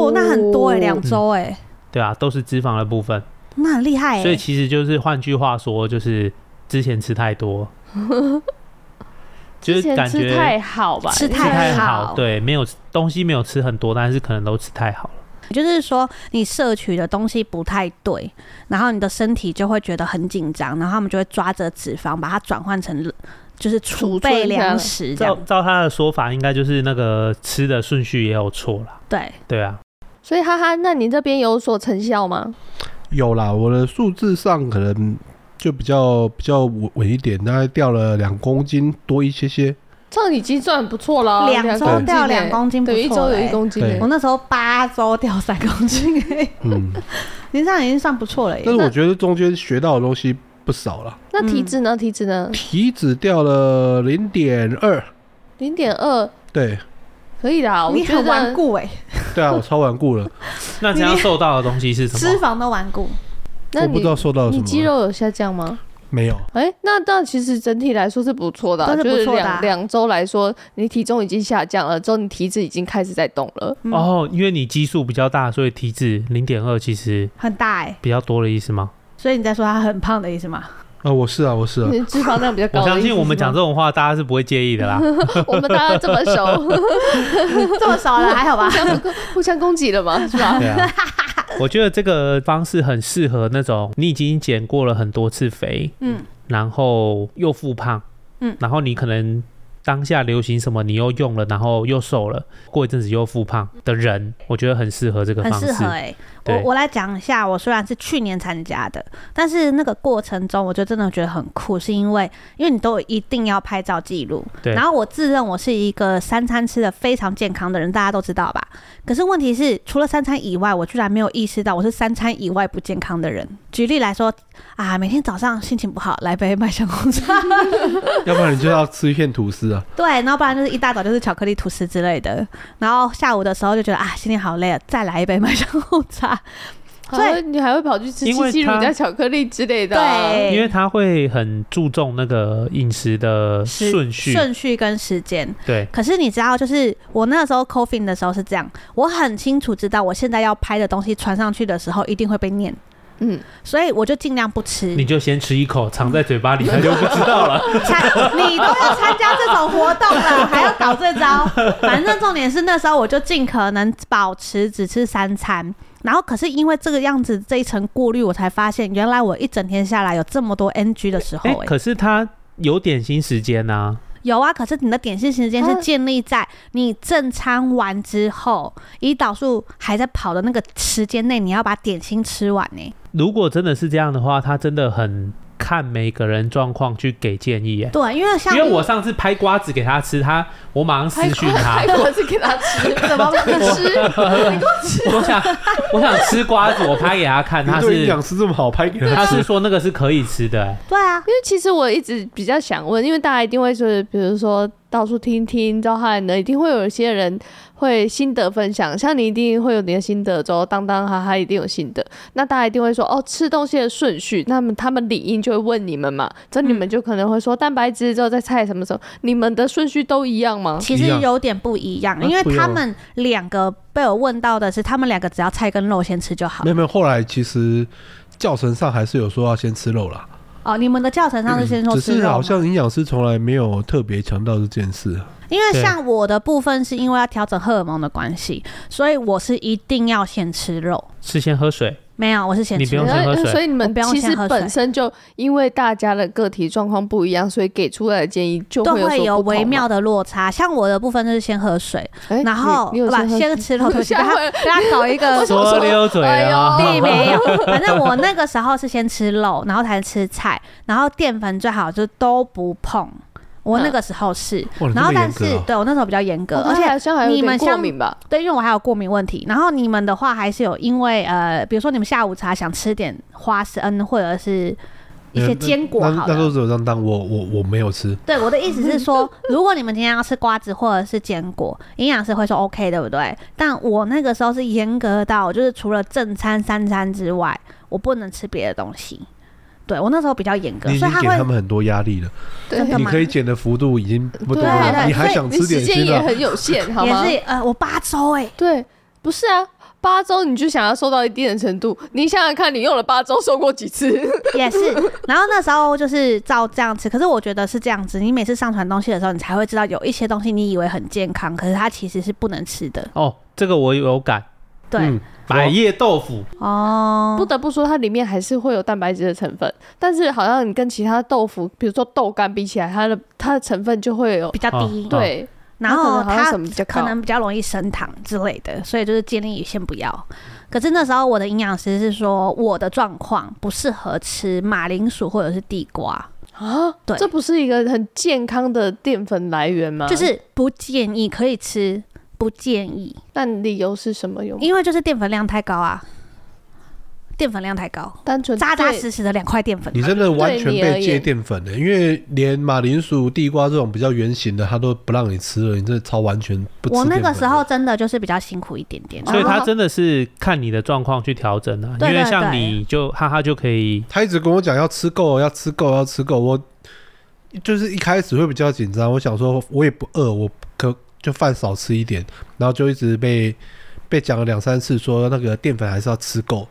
Speaker 3: 哦，
Speaker 2: 那很多哎、两周哎，
Speaker 4: 对啊，都是脂肪的部分。
Speaker 2: 那很厉害哎、
Speaker 4: 所以其实就是换句话说，就是之前吃太多，
Speaker 3: 之
Speaker 4: 就是
Speaker 3: 前
Speaker 4: 感觉
Speaker 3: 吃太好吧？
Speaker 2: 吃
Speaker 4: 吃太
Speaker 2: 好
Speaker 4: 好，对，没有东西没有吃很多，但是可能都吃太好了。
Speaker 2: 就是说你摄取的东西不太对，然后你的身体就会觉得很紧张，然后他们就会抓着脂肪把它转换成就是储
Speaker 3: 储存
Speaker 2: 备
Speaker 3: 下来
Speaker 2: 粮食这
Speaker 4: 照
Speaker 2: 样。
Speaker 4: 照他的说法，应该就是那个吃的顺序也有错啦。
Speaker 2: 对，
Speaker 4: 对啊，
Speaker 3: 所以哈哈，那你这边有所成效吗？
Speaker 1: 有啦，我的数字上可能就比较比较稳稳一点，大概掉了两公斤多一些些。
Speaker 3: 这样已经算不错了啊，
Speaker 2: 两周
Speaker 3: 公斤
Speaker 2: 掉
Speaker 3: 欸
Speaker 2: 两公斤不
Speaker 3: 等于一
Speaker 2: 错
Speaker 3: 周
Speaker 2: 了
Speaker 3: 有
Speaker 2: 欸
Speaker 3: 一公斤欸
Speaker 1: 对
Speaker 2: 我那时候八周掉三公斤、 欸，
Speaker 1: 嗯，
Speaker 2: 你这样已经算不错了耶、
Speaker 1: 但是我觉得中间学到的东西不少啦。
Speaker 3: 那体脂
Speaker 2: 嗯
Speaker 3: 呢？体脂呢？
Speaker 1: 体脂掉了零点二，
Speaker 3: 零点二
Speaker 1: 对
Speaker 3: 可以啦，我
Speaker 2: 你
Speaker 3: 觉
Speaker 2: 很顽
Speaker 3: 得
Speaker 2: 固哎、
Speaker 1: 对啊，我超顽固了，
Speaker 4: 那这样瘦到的东西是什
Speaker 2: 脂
Speaker 4: 么？
Speaker 2: 肪都顽固。
Speaker 3: 那
Speaker 1: 我不
Speaker 3: 你
Speaker 1: 知道受到了什
Speaker 3: 你
Speaker 1: 么。
Speaker 3: 肌肉有下降吗？
Speaker 1: 没有，
Speaker 3: 哎、那那其实整体来说是不错的啊、
Speaker 2: 都是
Speaker 3: 就
Speaker 2: 不
Speaker 3: 是
Speaker 2: 错的啊
Speaker 3: 两两周来说，你体重已经下降了，之后你体脂已经开始在动了。
Speaker 2: 嗯
Speaker 4: 哦，因为你基数比较大，所以体脂零点二其实
Speaker 2: 很大哎、
Speaker 4: 比较多的意思吗？
Speaker 2: 所以你在说他很胖的意思吗？
Speaker 1: 啊，我是啊，我是啊
Speaker 3: 你，的脂肪量比较高的意
Speaker 4: 我
Speaker 3: 思是吗。
Speaker 4: 相信我们讲这种话，大家是不会介意的啦。
Speaker 3: 我们大家这么 熟，
Speaker 2: 这么少 了还好吧
Speaker 3: 互？相互相攻击了嘛，是吧？
Speaker 4: 对啊，我觉得这个方式很适合那种你已经减过了很多次肥，
Speaker 2: 嗯，
Speaker 4: 然后又复胖，
Speaker 2: 嗯
Speaker 4: 然后你可能当下流行什么，你又用了，然后又瘦了，过一阵子又复胖的人，我觉得很适合这个
Speaker 2: 很
Speaker 4: 方式
Speaker 2: 适。合哎、
Speaker 4: 对
Speaker 2: 我我来讲一下，我虽然是去年参加的，但是那个过程中，我就真的觉得很酷，是因为因为你都一定要拍照记录，
Speaker 4: 对
Speaker 2: 然后我自认我是一个三餐吃的非常健康的人，大家都知道吧？可是问题是，除了三餐以外，我居然没有意识到我是三餐以外不健康的人。举例来说啊，每天早上心情不好，来杯麦香红茶，
Speaker 1: 要不然你就要吃一片吐司啊。
Speaker 2: 对，然后不然就是一大早就是巧克力吐司之类的，然后下午的时候就觉得啊，心情好累啊，再来一杯麦香红茶。
Speaker 3: 还会你还会跑去吃
Speaker 4: 因为
Speaker 3: 七七乳
Speaker 4: 他
Speaker 3: 加巧克力之类的啊、
Speaker 2: 对
Speaker 4: 因为他会很注重那个饮食的
Speaker 2: 时
Speaker 4: 顺序，
Speaker 2: 顺序跟时间。
Speaker 4: 对，
Speaker 2: 可是你知道，就是我那时候 c o f i n 的时候是这样，我很清楚知道我现在要拍的东西传上去的时候一定会被念，
Speaker 3: 嗯，
Speaker 2: 所以我就尽量不吃
Speaker 4: 你。就先吃一口，藏在嘴巴里，他就不知道了。
Speaker 2: 参你都要参加这种活动了，还要搞这招？反正重点是那时候我就尽可能保持只吃三餐，然后可是因为这个样子这一层顾虑，我才发现原来我一整天下来有这么多 NG 的时候、
Speaker 4: 哎、
Speaker 2: 哎、
Speaker 4: 可是他有点心时间呐、
Speaker 2: 有啊，可是你的点心时间是建立在你正餐完之后，胰岛素还在跑的那个时间内，你要把点心吃完欸呢、
Speaker 4: 如果真的是这样的话，他真的很看每个人状况去给建议、哎，
Speaker 2: 对，因为像
Speaker 4: 因为我上次拍瓜子给他吃，他我马上私讯他
Speaker 3: 拍。果子给他 吃，怎么不吃？ 你给我吃。
Speaker 4: 我想，我想吃瓜子，我拍给他看，
Speaker 1: 你
Speaker 4: 他
Speaker 1: 对营
Speaker 4: 是
Speaker 1: 养师这么好，拍给
Speaker 4: 他
Speaker 1: 他
Speaker 4: 是
Speaker 1: 吃，
Speaker 4: 说那个是可以吃的、哎
Speaker 2: 对啊，
Speaker 3: 因为其实我一直比较想问，因为大家一定会说，比如说到处听听，到后来呢，一定会有一些人会心得分享，像你一定会有你的心得之后，当当哈哈一定有心得，那大家一定会说哦，吃东西的顺序，那么他们理应就会问你们嘛，这你们就可能会说蛋白质之后再菜什么什么，你们的顺序都一样吗？
Speaker 2: 其实
Speaker 1: 一样
Speaker 2: 有点不一
Speaker 4: 啊
Speaker 2: 样，因为
Speaker 1: 不一样
Speaker 2: 他
Speaker 1: 吗
Speaker 2: 们两个被我问到的是，他们两个只要菜跟肉先吃就好
Speaker 1: 没。有没有。后来其实教程上还是有说要先吃肉啦，
Speaker 2: 哦，你们的教程上是先说
Speaker 4: 嗯
Speaker 1: 只
Speaker 2: 吃
Speaker 1: 是
Speaker 2: 肉
Speaker 1: 好
Speaker 2: 吗，
Speaker 1: 像营养师从来没有特别强调这件事。
Speaker 2: 因为
Speaker 4: 对
Speaker 2: 像我的部分是因为要调整荷尔蒙的关系，所以我是一定要先吃肉。
Speaker 4: 是先喝水，
Speaker 2: 没有，我是先
Speaker 4: 你
Speaker 2: 吃
Speaker 4: 不用
Speaker 2: 肉
Speaker 4: 先喝水
Speaker 3: 呃所以你
Speaker 2: 我
Speaker 3: 们
Speaker 2: 不用
Speaker 3: 其
Speaker 2: 先
Speaker 3: 实
Speaker 2: 喝水
Speaker 3: 本身就因为大家的个体状况不一样，所以给出来的建议就
Speaker 2: 都
Speaker 3: 会有
Speaker 2: 会
Speaker 3: 所
Speaker 2: 有
Speaker 3: 不同
Speaker 2: 微
Speaker 3: 嘛
Speaker 2: 妙的落差。像我的部分就是先喝水，
Speaker 3: 哎
Speaker 2: 然后
Speaker 3: 你你有
Speaker 2: 不
Speaker 3: 先喝
Speaker 2: 先吃肉， 对不起
Speaker 3: 吓
Speaker 2: 大
Speaker 3: 我
Speaker 2: 家大家搞一个
Speaker 3: 我想
Speaker 4: 说溜嘴啊！
Speaker 3: 哎
Speaker 2: 并 没有，反正我那个时候是先吃肉，然后才吃菜，然后淀粉最好就都不碰。我那个时候是，
Speaker 1: 哇哦你这么
Speaker 2: 然后但
Speaker 1: 严格
Speaker 2: 是
Speaker 1: 啊
Speaker 2: 对我那时候比较严格，
Speaker 3: 嗯哦
Speaker 2: 而
Speaker 3: 他
Speaker 2: 且
Speaker 3: 好像还有
Speaker 2: 你
Speaker 3: 点
Speaker 2: 们
Speaker 3: 过
Speaker 2: 像
Speaker 3: 敏吧？
Speaker 2: 对，因为我还有过敏问题。然后你们的话还是有，因为呃，比如说你们下午茶想吃点花生或者是一些坚果
Speaker 1: 那
Speaker 2: 好
Speaker 1: 那那。
Speaker 2: 了
Speaker 1: 都只有当当，我我我没有吃，
Speaker 2: 对，我的意思 是说，如果你们今天要吃瓜子或者是坚果，营养师会说 OK，对不对？但我那个时候是严格到，就是除了正餐、三餐之外，我不能吃别的东西。对我那时候比较严格，
Speaker 1: 你已
Speaker 2: 所
Speaker 1: 经
Speaker 2: 以他
Speaker 1: 给他
Speaker 2: 会
Speaker 1: 们很多压力了。
Speaker 3: 对
Speaker 2: 真的
Speaker 1: 你
Speaker 2: 吗
Speaker 1: 可以减的幅度已经不多
Speaker 3: 对
Speaker 1: 了，
Speaker 3: 对
Speaker 1: 你还
Speaker 2: 啊所以
Speaker 1: 想
Speaker 3: 你
Speaker 1: 吃点
Speaker 3: 时间
Speaker 1: 心
Speaker 3: 也
Speaker 1: 啊？
Speaker 3: 很有 限，好吗？
Speaker 2: 也是呃，我八周哎、
Speaker 3: 对，不是啊，八周你就想要瘦到一定的程度，你想想看，你用了八周瘦过几次？
Speaker 2: 也是。然后那时候就是照这样吃，可是我觉得是这样子，你每次上传东西的时候，你才会知道有一些东西你以为很健康，可是它其实是不能吃的。
Speaker 4: 哦，这个我有感，
Speaker 2: 对，
Speaker 1: 嗯，
Speaker 4: 百叶豆腐
Speaker 2: 哦，
Speaker 3: 不得不说，它里面还是会有蛋白质的成分，但是好像你跟其他豆腐，比如说豆干比起来，它的它的成分就会有
Speaker 2: 比较
Speaker 1: 啊
Speaker 4: 哦
Speaker 2: 低，
Speaker 4: 哦
Speaker 3: 对，
Speaker 2: 然后
Speaker 3: 它可能好像
Speaker 2: 它
Speaker 3: 什么比较
Speaker 2: 可
Speaker 3: 靠
Speaker 2: 能比较容易升糖之类的，所以就是建议先不要。可是那时候我的营养师是说，我的状况不适合吃马铃薯或者是地瓜，
Speaker 3: 啊，
Speaker 2: 对
Speaker 3: 这不是一个很健康的淀粉来源
Speaker 4: 嗯
Speaker 3: 吗？
Speaker 2: 就是不建议可以吃，不建议，
Speaker 3: 那理由是什
Speaker 4: 嗯
Speaker 3: 么？有吗
Speaker 2: 因为就是淀粉量太高啊，淀粉量太
Speaker 4: 嗯
Speaker 2: 高，
Speaker 3: 单纯
Speaker 2: 扎扎
Speaker 3: 对
Speaker 2: 实实的两块淀粉
Speaker 1: 你。真的完全被戒淀粉的、因为连马铃薯、地瓜这种比较圆形的，它都不让你吃了，你真的超完全不吃淀
Speaker 2: 我
Speaker 1: 粉的。
Speaker 2: 那个时候真的就是比较辛苦一点点，
Speaker 4: 所以
Speaker 3: 哦
Speaker 4: 他真的是看你的状况去调整啊，因
Speaker 2: 对
Speaker 4: 为
Speaker 2: 对
Speaker 4: 像
Speaker 2: 对
Speaker 4: 你就哈哈就可以，
Speaker 1: 他一直跟我讲要吃够，要吃够，要吃够。我就是一开始会比较紧张，我想说我也不饿，我可就饭少吃一点，然后就一直被被讲了两三次，说那个淀粉还是要吃够。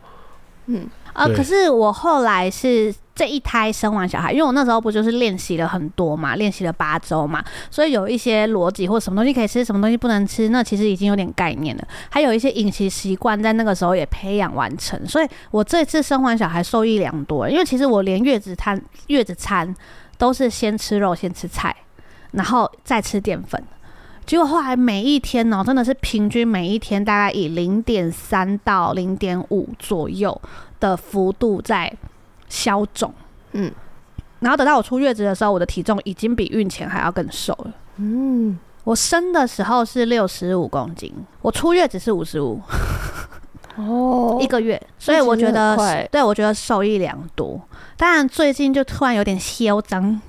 Speaker 2: 呃，
Speaker 1: 对
Speaker 2: 可是我后来是这一胎生完小孩，因为我那时候不就是练习了很多嘛，练习了八周嘛，所以有一些逻辑或什么东西可以吃，什么东西不能吃，那其实已经有点概念了。还有一些饮食习惯在那个时候也培养完成，所以我这次生完小孩受益良多，因为其实我连月子餐月子餐都是先吃肉，先吃菜，然后再吃淀粉。结果后来每一天呢、真的是平均每一天大概以零点三到零点五左右，的幅度在消肿，
Speaker 3: 嗯，
Speaker 2: 然后等到我出月子的时候，我的体重已经比孕前还要更瘦了。
Speaker 3: 嗯，
Speaker 2: 我生的时候是六十五公斤，我出月子是五十五
Speaker 3: 哦
Speaker 2: 一个月，所以我觉
Speaker 3: 那
Speaker 2: 得
Speaker 3: 其实很快
Speaker 2: 对我觉得受益良多。当然最近 就突然有点嚣张，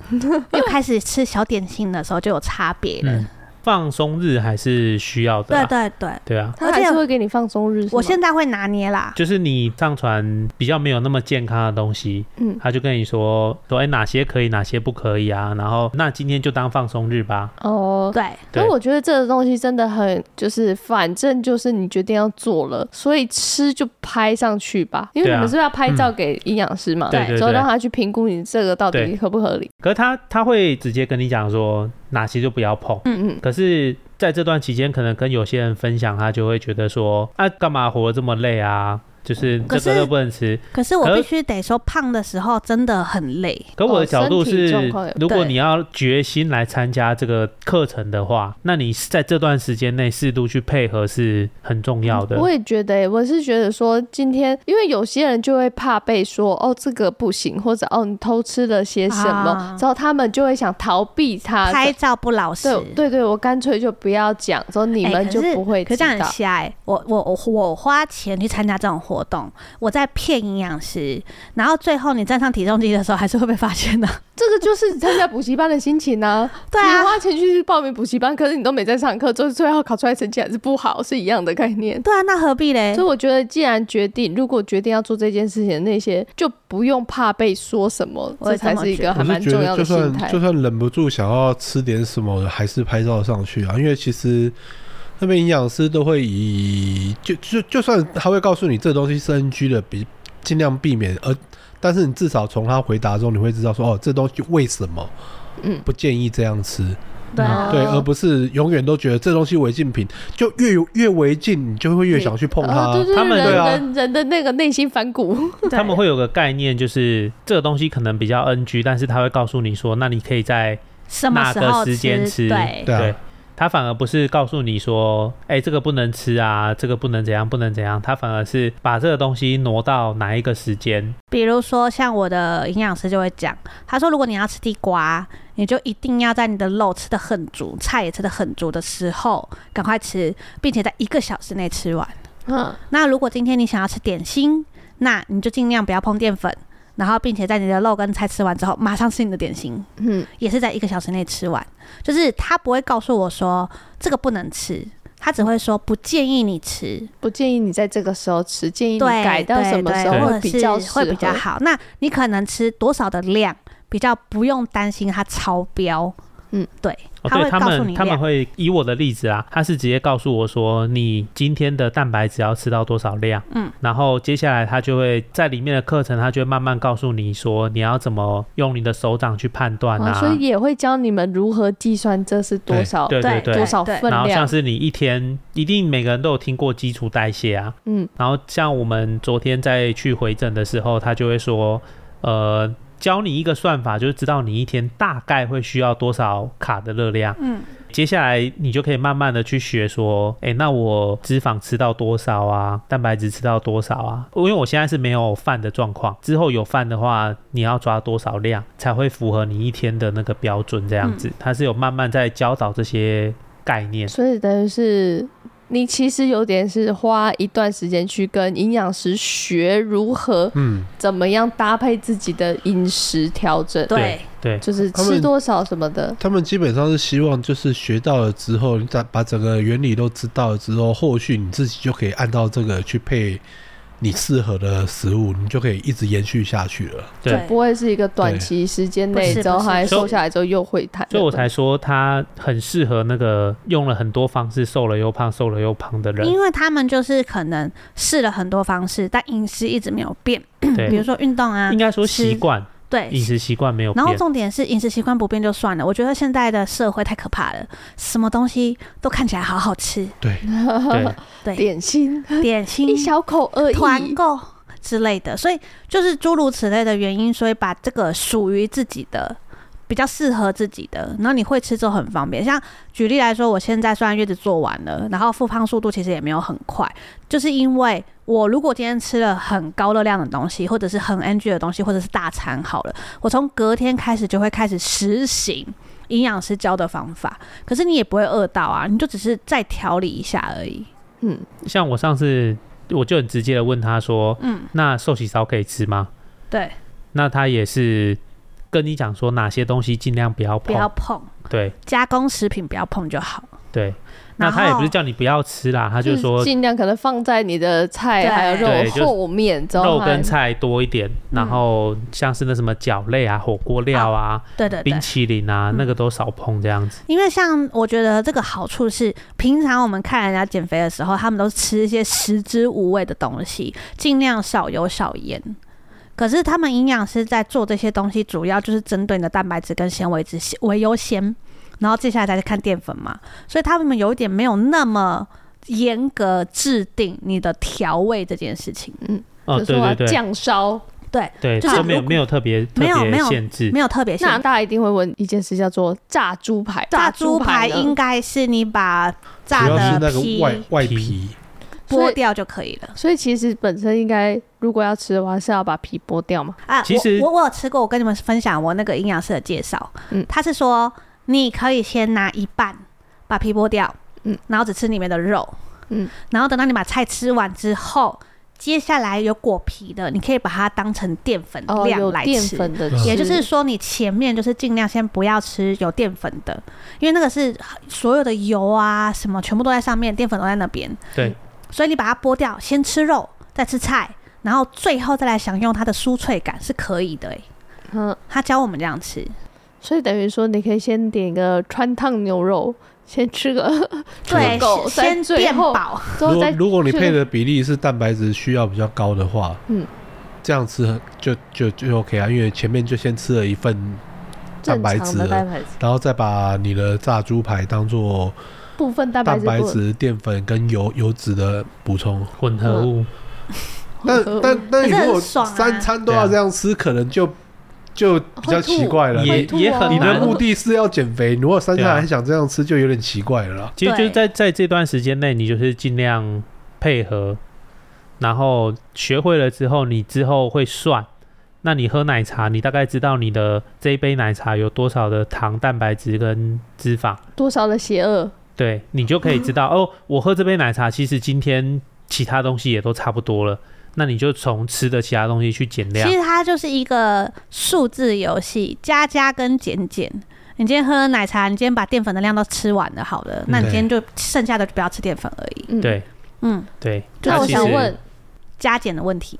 Speaker 2: 又开始吃小点心的时候就有差别了。
Speaker 4: 嗯，放松日还是需要的、
Speaker 2: 对
Speaker 4: 啊，
Speaker 2: 对对，
Speaker 4: 对啊，
Speaker 3: 他还是会给你放松日。是吗
Speaker 2: 我现在会拿捏啦。
Speaker 4: 就是你上传比较没有那么健康的东西，
Speaker 3: 嗯
Speaker 4: 他就跟你说说，哎、哪些可以，哪些不可以啊，然后那今天就当放松日吧，
Speaker 3: 哦，
Speaker 2: 对，
Speaker 3: 可
Speaker 4: 对
Speaker 3: 是我觉得这个东西真的很，就是反正就是你决定要做了，所以吃就拍上去吧，因为
Speaker 4: 对
Speaker 3: 你
Speaker 4: 啊
Speaker 3: 们是不是要拍照给营养师嘛，
Speaker 4: 对啊对对
Speaker 3: 之后让他去评估你这个到底
Speaker 4: 对
Speaker 3: 合不合理。
Speaker 4: 可是他他会直接跟你讲说哪些就不要碰。
Speaker 3: 嗯嗯，
Speaker 4: 可是在这段期间，可能跟有些人分享，他就会觉得说啊，干嘛活得这么累啊？就是
Speaker 2: 可
Speaker 4: 这
Speaker 2: 是
Speaker 4: 个又不能吃。
Speaker 2: 可是我
Speaker 4: 可
Speaker 2: 必
Speaker 4: 是
Speaker 2: 须得说，胖的时候真的很累。
Speaker 4: 可我
Speaker 3: 哦
Speaker 4: 的角度
Speaker 3: 身体
Speaker 4: 是
Speaker 3: 状况有，
Speaker 4: 如果
Speaker 2: 对
Speaker 4: 你要决心来参加这个课程的话，那你在这段时间内适度去配合是很重要的。
Speaker 3: 我也觉得、欸，我是觉得说，今天因为有些人就会怕被说哦这个不行，或者哦你偷吃了些什么，
Speaker 2: 啊
Speaker 3: 之后他们就会想逃避他。
Speaker 2: 拍照不老实，
Speaker 3: 啊对对对，我干脆就不要讲，之后你
Speaker 2: 哎
Speaker 3: 们
Speaker 2: 可
Speaker 3: 就是不会
Speaker 2: 可是
Speaker 3: 知
Speaker 2: 这
Speaker 3: 道。
Speaker 2: 样很瞎哎、我我我我花钱去参加这种活动，我在骗营养师，然后最后你站上体重机的时候，还是会被发现的。
Speaker 3: 这个就是参加补习班的心情啊！
Speaker 2: 对啊
Speaker 3: 你，花钱去报名补习班，可是你都没在上课，就是最后考出来成绩还是不好，是一样的概念。
Speaker 2: 对啊，那何必嘞
Speaker 3: 所？以我觉得，既然决定，如果决定要做这件事情的那些，就不用怕被说什么，
Speaker 2: 我
Speaker 3: 这
Speaker 2: 也
Speaker 3: 才
Speaker 2: 这么
Speaker 3: 是一
Speaker 2: 觉
Speaker 3: 个
Speaker 2: 得
Speaker 3: 还
Speaker 1: 我
Speaker 3: 蛮
Speaker 1: 是觉
Speaker 3: 重要
Speaker 1: 得
Speaker 3: 的
Speaker 1: 就
Speaker 3: 心态
Speaker 1: 算。就算忍不住想要吃点什么的，还是拍照上去啊，因为其实。那边营养师都会以就就就算他会告诉你这东西是 NG 的，比尽量避免，而但是你至少从他回答中你会知道说哦，这东西为什么
Speaker 3: 嗯，
Speaker 1: 不建议这样吃，
Speaker 2: 对啊，
Speaker 4: 嗯
Speaker 1: 对，
Speaker 3: 哦
Speaker 1: 而不是永远都觉得这东西违禁品，就越越违禁，你就会越想去碰它。
Speaker 3: 啊，对对
Speaker 4: 他们
Speaker 3: 人
Speaker 4: 对
Speaker 1: 啊
Speaker 3: 人人的那个内心反骨，
Speaker 2: 对
Speaker 4: 他们会有个概念，就是这个东西可能比较 NG，但是他会告诉你说，那你可以在
Speaker 2: 什么
Speaker 4: 哪
Speaker 2: 时候
Speaker 4: 个时间吃？
Speaker 2: 对，
Speaker 1: 对啊
Speaker 4: 他反而不是告诉你说，哎、这个不能吃啊，这个不能怎样，不能怎样。他反而是把这个东西挪到哪一个时间，
Speaker 2: 比如说像我的营养师就会讲，他说如果你要吃地瓜，你就一定要在你的肉吃的很足，菜也吃的很足的时候赶快吃，并且在一个小时内吃完。
Speaker 3: 嗯，
Speaker 2: 那如果今天你想要吃点心，那你就尽量不要碰淀粉，然后并且在你的肉跟菜吃完之后，马上吃你的点心，
Speaker 3: 嗯
Speaker 2: 也是在一个小时内吃完。就是他不会告诉我说这个不能吃，他只会说不建议你吃，
Speaker 3: 不建议你在这个时候吃，建议你
Speaker 2: 对，
Speaker 3: 改到
Speaker 2: 对
Speaker 3: 什么
Speaker 2: 对
Speaker 3: 时候
Speaker 2: 或
Speaker 3: 会
Speaker 2: 者
Speaker 3: 比
Speaker 2: 是
Speaker 3: 较
Speaker 2: 会比较
Speaker 3: 适合
Speaker 2: 好。那你可能吃多少的量，比较不用担心它超标。
Speaker 3: 嗯，
Speaker 2: 对，
Speaker 4: 哦，
Speaker 2: 他
Speaker 4: 对
Speaker 2: 会
Speaker 4: 他
Speaker 2: 告诉你
Speaker 4: 们，他们
Speaker 2: 量。
Speaker 4: 会以我的例子啊，他是直接告诉我说，你今天的蛋白质要吃到多少量，
Speaker 2: 嗯，
Speaker 4: 然后接下来他就会在里面的课程，他就会慢慢告诉你说，你要怎么用你的手掌去判断
Speaker 2: 哦
Speaker 4: 啊，
Speaker 3: 啊所以也会教你们如何计算这是多少
Speaker 4: 对对
Speaker 2: 对
Speaker 4: 对
Speaker 3: 多少
Speaker 2: 对
Speaker 3: 分
Speaker 4: 然后像
Speaker 3: 量。
Speaker 4: 是你一天一定每个人都有听过基础代谢啊，
Speaker 3: 嗯，
Speaker 4: 然后像我们昨天再去回诊的时候，他就会说，呃，教你一个算法，就是知道你一天大概会需要多少卡的热量。
Speaker 2: 嗯，
Speaker 4: 接下来你就可以慢慢的去学说，哎，那我脂肪吃到多少啊？蛋白质吃到多少啊？因为我现在是没有饭的状况，之后有饭的话，你要抓多少量才会符合你一天的那个标准？这样子，他是有慢慢在教导这些概念。
Speaker 3: 所以等于是你其实有点是花一段时间去跟营养师学如何
Speaker 1: 嗯，
Speaker 3: 怎么样搭配自己的饮食调整，
Speaker 2: 对，
Speaker 4: 对，
Speaker 3: 就是
Speaker 1: 他
Speaker 3: 吃
Speaker 1: 们
Speaker 3: 多少什么的。
Speaker 1: 他们基本上是希望就是学到了之后，你把把整个原理都知道了之后，后续你自己就可以按照这个去配你适合的食物，你就可以一直延续下去了。
Speaker 4: 对
Speaker 3: 不会是一个短
Speaker 1: 对
Speaker 3: 期时间
Speaker 2: 不
Speaker 3: 内
Speaker 2: 是
Speaker 3: 之后
Speaker 2: 不是
Speaker 3: 还
Speaker 4: 所以
Speaker 3: 瘦下来之后又会弹的，
Speaker 4: 所以我才说他很适合那个用了很多方式瘦了又胖、瘦了又胖的人。
Speaker 2: 因为他们就是可能试了很多方式，但饮食一直没有变，比
Speaker 4: 对
Speaker 2: 如，说运动啊
Speaker 4: 应，该说
Speaker 2: 吃
Speaker 4: 习惯，
Speaker 2: 对，
Speaker 4: 饮食习惯没有
Speaker 2: 然后
Speaker 4: 变。
Speaker 2: 重点是饮食习惯不变就算了，我觉得现在的社会太可怕了，什么东西都看起来好好吃，
Speaker 1: 对，
Speaker 4: 对，
Speaker 2: 对，
Speaker 3: 点心
Speaker 2: 点心
Speaker 3: 一小口而已，
Speaker 2: 团购之类的，所以就是诸如此类的原因，所以把这个属于自己的。比较适合自己的，然后你会吃就很方便。像举例来说，我现在虽然月子做完了，然后复胖速度其实也没有很快，就是因为我如果今天吃了很高热量的东西，或者是很 NG 的东西，或者是大餐好了，我从隔天开始就会开始实行营养师教的方法。可是你也不会饿到啊，你就只是再调理一下而已。
Speaker 3: 嗯，
Speaker 4: 像我上次我就很直接的问他说
Speaker 2: 嗯，：“
Speaker 4: 那寿喜烧可以吃吗
Speaker 2: 对，？”
Speaker 4: 那他也是跟你讲说哪些东西尽量不要
Speaker 2: 不
Speaker 4: 碰。
Speaker 2: 要碰。
Speaker 4: 对
Speaker 2: 加工食品不要碰就好。
Speaker 4: 对，那他也不是叫你不要吃啦，他就说
Speaker 3: 尽量可能放在你的菜
Speaker 2: 对
Speaker 3: 还有
Speaker 4: 对就是
Speaker 3: 肉后面，之后
Speaker 4: 肉
Speaker 3: 还
Speaker 4: 跟菜多一点，
Speaker 2: 嗯
Speaker 4: 然后像是那什么饺类啊、火锅料啊、
Speaker 2: 对对对
Speaker 4: 冰，淇淋啊，
Speaker 2: 嗯
Speaker 4: 那个都少碰这样子。
Speaker 2: 因为像我觉得这个好处是，平常我们看人家减肥的时候，他们都吃一些食之无味的东西，尽量少油少盐。可是他们营养师在做这些东西，主要就是针对你的蛋白质跟纤维质为优先，然后接下来再去看淀粉嘛。所以他们有一点没有那么严格制定你的调味这件事情，
Speaker 4: 哦，
Speaker 3: 就是
Speaker 4: 对
Speaker 3: 说
Speaker 4: 对对，
Speaker 3: 酱烧。
Speaker 4: 对，
Speaker 2: 就是
Speaker 4: 这没有
Speaker 2: 如果
Speaker 4: 没有特别特
Speaker 2: 没有没
Speaker 4: 别
Speaker 2: 有
Speaker 4: 限制。
Speaker 2: 没有特别
Speaker 3: 那
Speaker 2: 像。
Speaker 3: 大家一定会问一件事，叫做炸猪排。
Speaker 2: 炸猪排
Speaker 3: 排呢
Speaker 2: 应该是你把炸
Speaker 1: 主要是
Speaker 2: 的
Speaker 1: 那个
Speaker 2: 皮
Speaker 1: 外外
Speaker 4: 皮
Speaker 1: 皮，
Speaker 3: 所
Speaker 2: 剥
Speaker 3: 以
Speaker 2: 掉就可以了。
Speaker 3: 所以其实本身应该，如果要吃的话，是要把皮剥掉嘛。
Speaker 2: 啊，
Speaker 4: 其实
Speaker 2: 我我我有吃过，我跟你们分享我那个营养师的介绍，
Speaker 3: 嗯
Speaker 2: 他是说你可以先拿一半把皮剥掉，
Speaker 3: 嗯
Speaker 2: 然后只吃里面的肉，
Speaker 3: 嗯
Speaker 2: 然后等到你把菜吃完之后，接下来有果皮的，你可以把它当成淀粉
Speaker 3: 哦，
Speaker 2: 量
Speaker 3: 有
Speaker 2: 来
Speaker 3: 淀
Speaker 2: 吃。
Speaker 3: 粉的
Speaker 1: 嗯
Speaker 3: 吃，
Speaker 2: 也就是说，你前面就是尽量先不要吃有淀粉的，因为那个是所有的油啊什么全部都在上面，淀粉都在那边。
Speaker 4: 对，
Speaker 2: 所以你把它剥掉，先吃肉，再吃菜，然后最后再来享用它的酥脆感是可以的、欸。
Speaker 3: 嗯，
Speaker 2: 他教我们这样吃，
Speaker 3: 所以等于说，你可以先点一个川烫牛肉，先吃个，
Speaker 2: 对
Speaker 3: 吃狗，在
Speaker 2: 先
Speaker 3: 最
Speaker 2: 变
Speaker 3: 后
Speaker 2: 饱，
Speaker 3: 之
Speaker 1: 如
Speaker 3: 后
Speaker 1: 果
Speaker 3: 再
Speaker 1: 如果你
Speaker 3: 去
Speaker 1: 配的比例是蛋白质需要比较高的话，
Speaker 3: 嗯，
Speaker 1: 这样吃很就就就 OK 啊，因为前面就先吃了一份蛋
Speaker 3: 正
Speaker 1: 白
Speaker 3: 常
Speaker 1: 质
Speaker 3: 的
Speaker 1: 了，
Speaker 3: 蛋白质
Speaker 1: 然后再把你的炸猪排当做
Speaker 3: 部分蛋白
Speaker 1: 蛋
Speaker 3: 质
Speaker 1: 白
Speaker 3: 部分
Speaker 1: 质、淀粉跟油油脂的补充。
Speaker 4: 混合物，
Speaker 1: 那
Speaker 3: 合物
Speaker 1: 但但
Speaker 2: 可
Speaker 1: 你
Speaker 2: 是很
Speaker 1: 如果
Speaker 2: 爽啊
Speaker 1: 三餐都要这样吃，可能就就比较
Speaker 3: 会吐
Speaker 1: 奇怪了。
Speaker 4: 也
Speaker 1: 你
Speaker 3: 会吐
Speaker 4: 也
Speaker 3: 哦
Speaker 4: 很
Speaker 1: 你的
Speaker 4: 难
Speaker 1: 目的是要减肥，如果三餐
Speaker 4: 对啊
Speaker 1: 还想这样吃，就有点奇怪了啦。
Speaker 4: 其实就
Speaker 2: 对
Speaker 4: 是在在这段时间内，你就是尽量配合，然后学会了之后，你之后会算。那你喝奶茶，你大概知道你的这一杯奶茶有多少的糖、蛋白质跟脂肪，
Speaker 3: 多少的邪恶，
Speaker 4: 对你就可以知道、哦。我喝这杯奶茶，其实今天其他东西也都差不多了。那你就从吃的其他东西去减量
Speaker 2: 其。实它就是一个数字游戏，加加跟减减。你今天喝奶茶，你今天把淀粉的量都吃完了，好了，那你今天就剩下的就不要吃淀粉而已。
Speaker 3: 嗯，。
Speaker 4: 对
Speaker 2: 嗯，
Speaker 4: 对，
Speaker 3: 那
Speaker 4: 它
Speaker 3: 我
Speaker 4: 其
Speaker 3: 想
Speaker 4: 实
Speaker 3: 问，
Speaker 2: 加减的问题，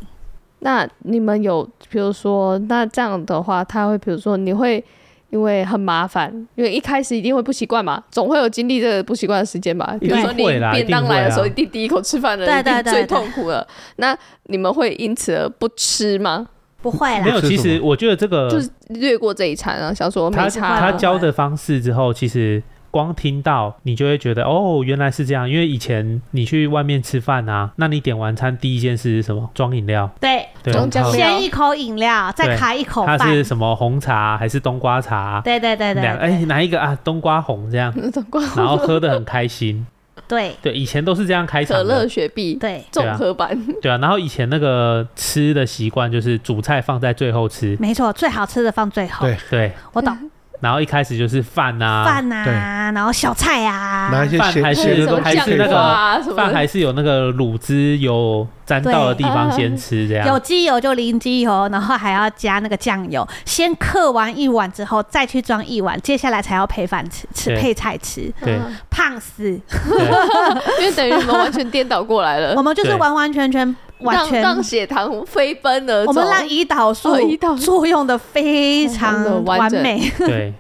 Speaker 3: 那你们有，比如说，那这样的话，他会，比如说，你会因为很麻烦，因为一开始一定会不习惯嘛，总会有经历这个不习惯的时间吧。比
Speaker 4: 一定
Speaker 3: 如说你
Speaker 4: 会啦
Speaker 3: 便当
Speaker 4: 一定会啊
Speaker 3: 来的时候，一定第一口吃饭的
Speaker 2: 对
Speaker 3: 人一
Speaker 2: 对
Speaker 3: 定
Speaker 2: 对
Speaker 3: 最
Speaker 2: 对
Speaker 3: 痛苦了。那你们会因此而不吃吗？
Speaker 2: 不会
Speaker 4: 没
Speaker 2: 啦，
Speaker 4: 有，
Speaker 1: 吃
Speaker 4: 其
Speaker 1: 什么
Speaker 4: 实我觉得这个
Speaker 3: 就是略过这一餐啊，想说没
Speaker 4: 他
Speaker 3: 差
Speaker 4: 他
Speaker 3: 啊。
Speaker 4: 教的方式之后，其实光听到你就会觉得哦，原来是这样。因为以前你去外面吃饭啊，那你点完餐第一件事是什么？装饮料。
Speaker 2: 对，
Speaker 4: 对，
Speaker 3: 装酱料
Speaker 2: 先一口饮料，再
Speaker 4: 哦对
Speaker 2: 卡一口
Speaker 4: 它
Speaker 2: 哦饭，
Speaker 4: 是什么红茶还是冬瓜茶？
Speaker 2: 对对对对
Speaker 4: 两哎哪一个啊？冬瓜红这样，
Speaker 3: 冬瓜
Speaker 4: 然后喝的很开心。
Speaker 2: 对
Speaker 4: 对，以前都是这样开
Speaker 3: 可
Speaker 4: 场
Speaker 3: 乐、
Speaker 4: 的。
Speaker 3: 雪碧
Speaker 2: 对，
Speaker 4: 对啊
Speaker 3: 综合版，
Speaker 4: 对啊，然后以前那个吃的习惯就是主菜放在最后吃。
Speaker 2: 没错，最好吃的放最后
Speaker 1: 对。
Speaker 4: 对，
Speaker 2: 我懂
Speaker 4: 然后一开始就是饭嗯啊，
Speaker 2: 饭啊，然后小菜啊，
Speaker 1: 拿一些
Speaker 4: 饭还
Speaker 1: 咸
Speaker 4: 是
Speaker 1: 咸的
Speaker 3: 什么
Speaker 1: 东西
Speaker 4: 还
Speaker 3: 酱
Speaker 1: 可以
Speaker 4: 是那
Speaker 1: 放
Speaker 4: 个
Speaker 3: 瓜啊什么
Speaker 4: 饭
Speaker 3: 的，
Speaker 4: 还是有那个卤汁有沾到的地方先吃，这样
Speaker 2: 有机油就淋机油，然后还要加那个酱油，先刻完一碗之后再去装一碗，接下来才要配饭吃，吃
Speaker 4: 对
Speaker 2: 配菜吃，
Speaker 4: 对
Speaker 3: 嗯
Speaker 2: 胖死！
Speaker 4: 对
Speaker 3: 因为等于你们完全颠倒过来了
Speaker 2: 我。们就是
Speaker 4: 对
Speaker 2: 完完全全 完
Speaker 3: 让
Speaker 2: 全，
Speaker 3: 嗯让血糖飞奔而走，
Speaker 2: 我们让胰岛素
Speaker 3: 哦胰岛素哦
Speaker 2: 作用的非常完
Speaker 3: 完整
Speaker 2: 美，
Speaker 4: 对，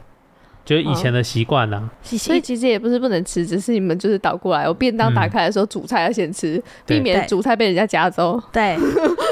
Speaker 4: 就是以前的习惯啊啦。
Speaker 2: 谢
Speaker 3: 所以
Speaker 2: 谢。
Speaker 3: 其实也不是不能吃，只是你们就是倒过来。我便当打开的时候，主菜要先吃，
Speaker 4: 对
Speaker 3: 避免
Speaker 2: 对
Speaker 3: 主菜被人家夹走。
Speaker 2: 对，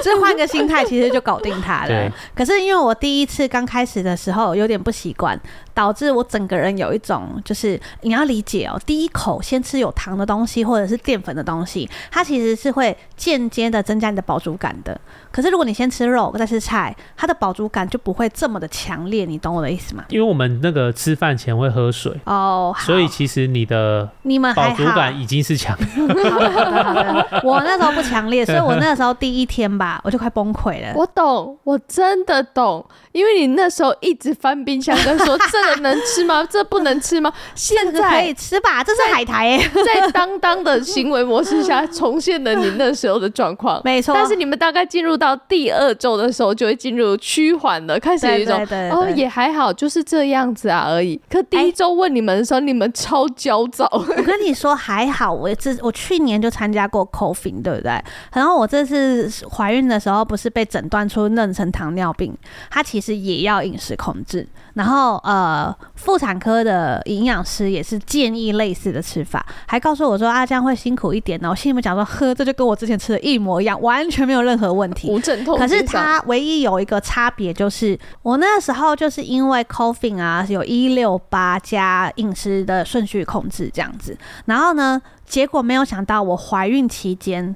Speaker 2: 所以换个心态，其实就搞定它了
Speaker 4: 对。
Speaker 2: 可是因为我第一次刚开始的时候有点不习惯，导致我整个人有一种就是你要理解哦，第一口先吃有糖的东西或者是淀粉的东西，它其实是会间接的增加你的饱足感的。可是如果你先吃肉再吃菜，它的饱足感就不会这么的强烈，你懂我的意思吗？
Speaker 4: 因为我们那个吃饭前会喝水，
Speaker 2: 哦，好
Speaker 4: 所以其实你的
Speaker 2: 你们还
Speaker 4: 饱足
Speaker 2: 好。
Speaker 4: 感已经是强。
Speaker 2: 好的好的好的，我那时候不强烈，所以我那时候第一天吧，我就快崩溃了。
Speaker 3: 我懂，我真的懂，因为你那时候一直翻冰箱跟说这个个能吃吗？ 这不能吃吗？现
Speaker 2: 这个可
Speaker 3: 在
Speaker 2: 以吃吧？这是海苔耶、
Speaker 3: 在当当的行为模式下，重现了你那时候的状况。
Speaker 2: 没错。
Speaker 3: 但是你们大概进入到第二周的时候，就会进入趋缓了，开始有
Speaker 2: 对
Speaker 3: 一种
Speaker 2: 对对对，哎
Speaker 3: 哦也还好，就是这样子啊而已。可第一周问你们的时候，你们超焦 躁，
Speaker 2: 我跟你说还好，我这我去年就参加过 coughing，对不对？然后我这次怀孕的时候，不是被诊断出妊娠糖尿病，它其实也要饮食控制。然后呃，妇产科的营养师也是建议类似的吃法，还告诉我说啊，这样会辛苦一点呢。我心里面讲说，呵，这就跟我之前吃的一模一样，完全没有任何问题。
Speaker 3: 无症痛
Speaker 2: 可
Speaker 3: 经上。
Speaker 2: 是它唯一有一个差别就是，我那时候就是因为 coughing 啊，有一六八加饮食的顺序控制这样子，然后呢，结果没有想到我怀孕期间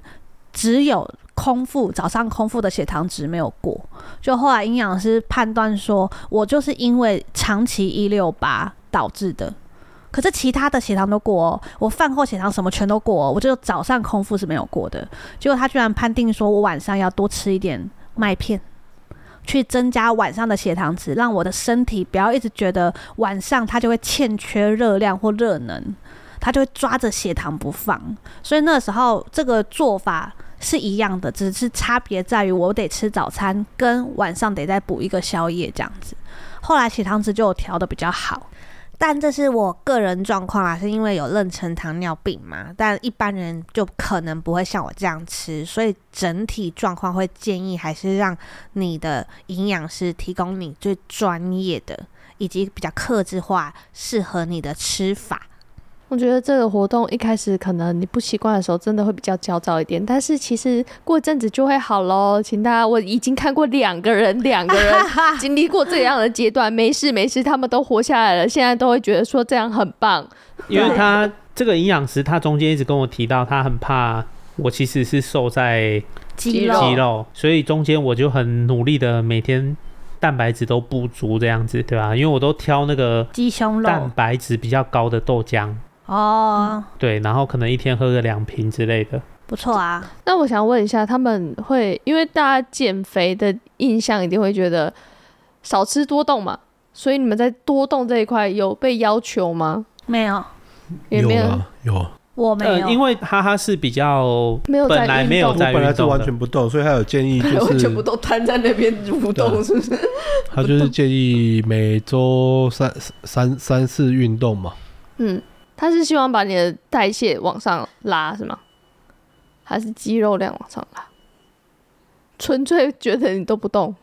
Speaker 2: 只有。空腹早上空腹的血糖值没有过，就后来营养师判断说，我就是因为长期一六八导致的。可是其他的血糖都过哦，我饭后血糖什么全都过哦，我就早上空腹是没有过的。结果他居然判定说我晚上要多吃一点麦片，去增加晚上的血糖值，让我的身体不要一直觉得晚上它就会欠缺热量或热能，它就会抓着血糖不放。所以那时候这个做法是一样的，只是差别在于我得吃早餐，跟晚上得再补一个宵夜这样子。后来血糖值就有调的比较好。
Speaker 5: 但这是我个人状况啊啦，是因为有妊娠糖尿病嘛，但一般人就可能不会像我这样吃，所以整体状况会建议还是让你的营养师提供你最专业的以及比较克制化、适合你的吃法。
Speaker 3: 我觉得这个活动一开始可能你不习惯的时候，真的会比较焦躁一点，但是其实过一阵子就会好喽。请大家，我已经看过两个人，两 个人经历过这样的阶段，没事没事，他们都活下来了，现在都会觉得说这样很棒。
Speaker 4: 因为他这个营养师，他中间一直跟我提到，他很怕我其实是瘦在
Speaker 3: 肌肉
Speaker 4: 肌肉，所以中间我就很努力的每天蛋白质都不足这样子，对吧、因为我都挑那个
Speaker 2: 鸡胸
Speaker 4: 蛋
Speaker 2: 肉
Speaker 4: 白质比较高的豆浆，
Speaker 2: 哦，
Speaker 4: 对，然后可能一天喝个两瓶之类的。
Speaker 2: 不错啊，
Speaker 3: 那我想问一下，他们会因为大家减肥的印象一定会觉得少吃多动嘛，所以你们在多动这一块有被要求吗？
Speaker 2: 没有，
Speaker 3: 也
Speaker 1: 有
Speaker 3: 没有，
Speaker 1: 啊有，
Speaker 2: 我没有，
Speaker 4: 呃，因为哈哈是比较
Speaker 3: 没有在
Speaker 4: 本来没有
Speaker 3: 运
Speaker 1: 我
Speaker 3: 动
Speaker 4: 在
Speaker 1: 本来
Speaker 4: 运
Speaker 1: 是
Speaker 4: 动
Speaker 1: 完
Speaker 4: 的，
Speaker 1: 全不动，所以他有建议 就
Speaker 3: 完全不
Speaker 1: 是
Speaker 3: 都瘫在那边蠕
Speaker 1: 对
Speaker 3: 动，
Speaker 1: 啊
Speaker 3: 是不是？
Speaker 1: 他就是建议每周三三三次运动嘛，
Speaker 3: 嗯，他是希望把你的代谢往上拉，是吗？还是肌肉量往上拉？纯粹觉得你都不动，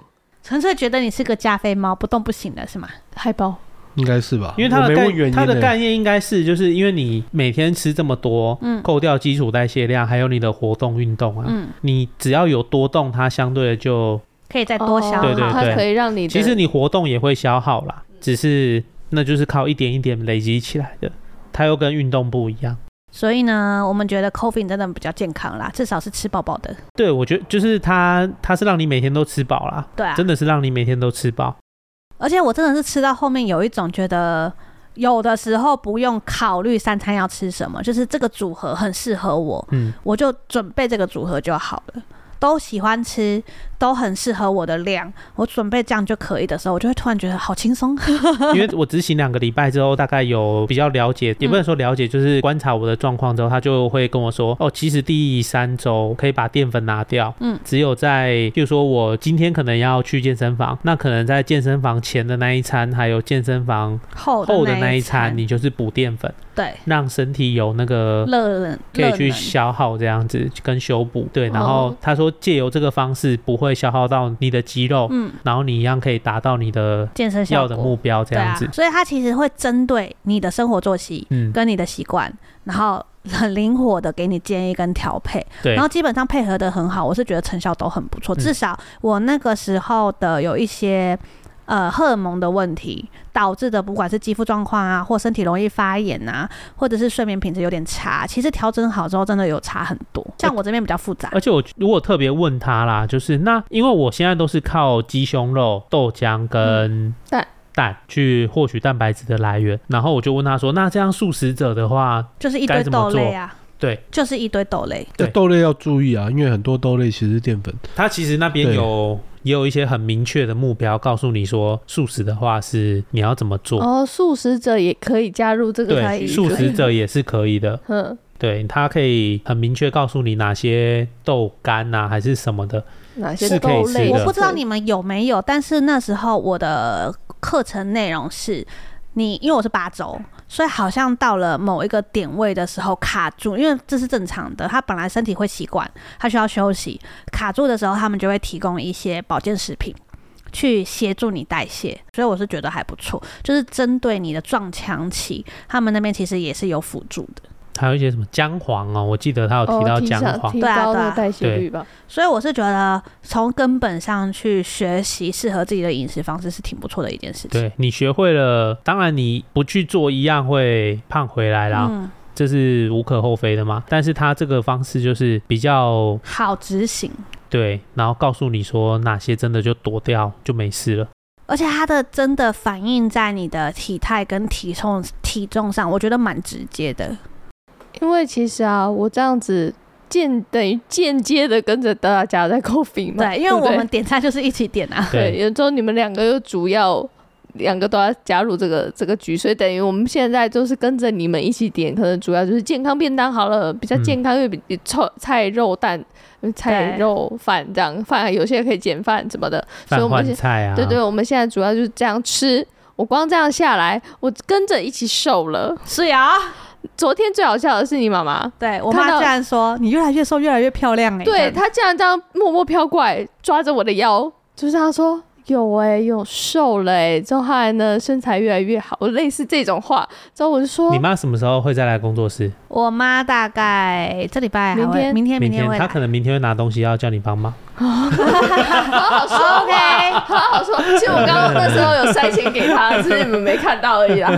Speaker 2: 纯粹觉得你是个加菲猫，不动不行的是吗？
Speaker 3: 害臊。
Speaker 1: 应该是吧？
Speaker 4: 因为他
Speaker 1: 我没
Speaker 4: 的
Speaker 1: 问
Speaker 4: 概
Speaker 1: 原因欸
Speaker 4: 他的
Speaker 1: 呢
Speaker 4: 概念应该是就是因为你每天吃这么多，
Speaker 2: 嗯
Speaker 4: 扣掉基础代谢量，还有你的活动运动啊，
Speaker 2: 嗯，
Speaker 4: 你只要有多动，它相对的就
Speaker 2: 可以再
Speaker 3: 哦
Speaker 2: 多消耗。
Speaker 4: 对对
Speaker 3: 它可以让你的
Speaker 4: 其实你活动也会消耗啦，只是那就是靠一点一点累积起来的，它又跟运动不一样。
Speaker 2: 所以呢，我们觉得 COVID 真的比较健康啦，至少是吃饱饱的。
Speaker 4: 对，我觉得就是它，它是让你每天都吃饱啦，
Speaker 2: 对啊，
Speaker 4: 真的是让你每天都吃饱。
Speaker 2: 而且我真的是吃到后面有一种觉得，有的时候不用考虑三餐要吃什么，就是这个组合很适合我，
Speaker 4: 嗯，
Speaker 2: 我就准备这个组合就好了。都喜欢吃，都很适合我的量，我准备这样就可以的时候，我就会突然觉得好轻松。
Speaker 4: 因为我执行两个礼拜之后，大概有比较了解，也不能说了解，就是观察我的状况之后，他就会跟我说，哦，其实第三周可以把淀粉拿掉，
Speaker 2: 嗯，
Speaker 4: 只有在，譬如说我今天可能要去健身房，那可能在健身房前的那一餐，还有健身房
Speaker 2: 厚
Speaker 4: 后的
Speaker 2: 的
Speaker 4: 那一
Speaker 2: 餐
Speaker 4: 餐，，你就是补淀粉，
Speaker 2: 对，
Speaker 4: 让身体有那个
Speaker 2: 热能
Speaker 4: 可以去
Speaker 2: 热能
Speaker 4: 消耗这样子跟修补，对。然后
Speaker 3: 哦
Speaker 4: 他说借由这个方式不会消耗到你的肌肉，
Speaker 2: 嗯，
Speaker 4: 然后你一样可以达到你的
Speaker 2: 健身效
Speaker 4: 要
Speaker 2: 果
Speaker 4: 的目标这
Speaker 2: 对
Speaker 4: 样子
Speaker 2: 啊。，所以它其实会针对你的生活作息
Speaker 4: 嗯，
Speaker 2: 跟你的习惯，然后很灵活的给你建议跟调配，
Speaker 4: 对
Speaker 2: 然。后基本上配合的很好，我是觉得成效都很不错。
Speaker 4: 嗯
Speaker 2: 至少我那个时候的有一些。呃，荷尔蒙的问题导致的，不管是肌肤状况啊，或身体容易发炎啊，或者是睡眠品质有点差，其实调整好之后，真的有差很多。像我这边比较复杂，
Speaker 4: 而且我如果特别问他啦，就是那因为我现在都是靠鸡胸肉、豆浆跟
Speaker 3: 蛋
Speaker 4: 蛋去获取蛋白质的来源，然后我就问他说，那这样素食者的话，
Speaker 2: 就是一堆
Speaker 4: 该怎么
Speaker 2: 豆
Speaker 4: 做
Speaker 2: 类啊，
Speaker 4: 对，
Speaker 2: 就是一堆豆类。
Speaker 4: 对
Speaker 1: 豆类要注意啊，因为很多豆类其实是淀粉。
Speaker 4: 它其实那边
Speaker 1: 对
Speaker 4: 有也有一些很明确的目标，告诉你说素食的话是你要怎么做。
Speaker 3: 哦，素食者也可以加入这个才
Speaker 4: 对，素食，者也是可以的。
Speaker 3: 嗯，
Speaker 4: 对，它可以很明确告诉你哪些豆干呐、还是什么的。
Speaker 3: 哪些
Speaker 4: 是可以
Speaker 3: 豆
Speaker 4: 吃
Speaker 3: 类？啊
Speaker 4: 的
Speaker 2: 我不知道你们有没有，但是那时候我的课程内容是。你因为我是八周，所以好像到了某一个点位的时候卡住，因为这是正常的。他本来身体会习惯，他需要休息。卡住的时候，他们就会提供一些保健食品去协助你代谢，所以我是觉得还不错。就是针对你的撞墙期，他们那边其实也是有辅助的。
Speaker 4: 还有一些什么姜黄哦，我记得他有
Speaker 3: 哦
Speaker 4: 提到
Speaker 3: 提
Speaker 4: 姜
Speaker 3: 上
Speaker 4: 黄，
Speaker 3: 提
Speaker 2: 对啊
Speaker 3: 高
Speaker 2: 对
Speaker 3: 那
Speaker 2: 啊
Speaker 3: 个代谢率吧。
Speaker 2: 所以我是觉得从根本上去学习适合自己的饮食方式是挺不错的一件事情。
Speaker 4: 对你学会了，当然你不去做一样会胖回来啦，
Speaker 2: 嗯，
Speaker 4: 这是无可厚非的嘛。但是它这个方式就是比较
Speaker 2: 好执行，
Speaker 4: 对，然后告诉你说哪些真的就躲掉就没事了。
Speaker 2: 而且它的真的反映在你的体态跟体重体重上，我觉得蛮直接的。
Speaker 3: 因为其实啊，我这样子间等于间接的跟着大家在 c o f 嘛，
Speaker 2: 对，因为
Speaker 3: 不
Speaker 2: 我
Speaker 3: 对
Speaker 2: 们点菜就是一起点啊。
Speaker 3: 对，
Speaker 4: 对
Speaker 3: 有时候你们两个又主要两个都要加入这个这个局，所以等于我们现在就是跟着你们一起点，可能主要就是健康便当好了，比较
Speaker 4: 嗯
Speaker 3: 健康，又比比菜菜肉蛋、菜
Speaker 2: 对
Speaker 3: 肉饭这样饭，有些可以减饭什么的，所以
Speaker 4: 饭
Speaker 3: 我们
Speaker 4: 换
Speaker 3: 现
Speaker 4: 菜啊，
Speaker 3: 对对，我们现在主要就是这样吃。我光这样下来，我跟着一起瘦了。
Speaker 2: 是啊，
Speaker 3: 昨天最好笑的是你妈妈，
Speaker 2: 对我
Speaker 3: 看
Speaker 2: 妈
Speaker 3: 到
Speaker 2: 居然说你越来越瘦，越来越漂亮哎、欸。这
Speaker 3: 对
Speaker 2: 样
Speaker 3: 她竟然这样默默飘过来，抓着我的腰，就是她说有哎、有瘦了哎、之后后来呢身材越来越好，类似这种话。之后我就说
Speaker 4: 你，妈什么时候会再来工作室？
Speaker 2: 我妈大概这礼拜还会明
Speaker 3: 明天
Speaker 2: 天
Speaker 4: 明
Speaker 2: 天
Speaker 4: 天
Speaker 2: 会
Speaker 4: 她
Speaker 2: 来。
Speaker 4: 可能明天会拿东西要叫你帮忙。
Speaker 3: 好好说
Speaker 2: OK
Speaker 3: 好好说。其实我刚刚那时候有塞钱给她，只是你们没看到而已啦。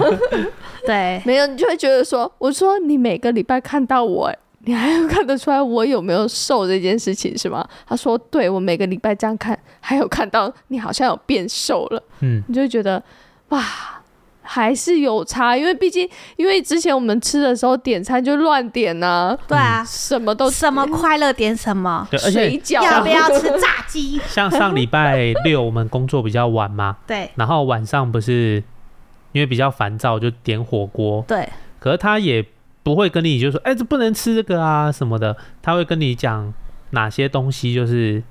Speaker 2: 对，
Speaker 3: 没有，你就会觉得说，我说你每个礼拜看到我、欸，你还有看得出来我有没有瘦这件事情是吗？他说，对我每个礼拜这样看，还有看到你好像有变瘦了，
Speaker 4: 嗯，
Speaker 3: 你就会觉得哇。还是有差，因为毕竟，因为之前我们吃的时候点餐就乱点呐、
Speaker 2: 对啊，
Speaker 3: 什么都
Speaker 2: 什么快乐点什么，
Speaker 4: 对，而
Speaker 3: 水
Speaker 4: 且
Speaker 3: 饺
Speaker 2: 要不要 吃炸鸡？
Speaker 4: 像上礼拜六我们工作比较晚嘛，
Speaker 2: 对
Speaker 4: 然后晚上不是因为比较烦躁就点火锅，
Speaker 2: 对，
Speaker 4: 可是他也不会跟你就说，哎、这不能吃这个啊什么的，他会跟你讲哪些东西就是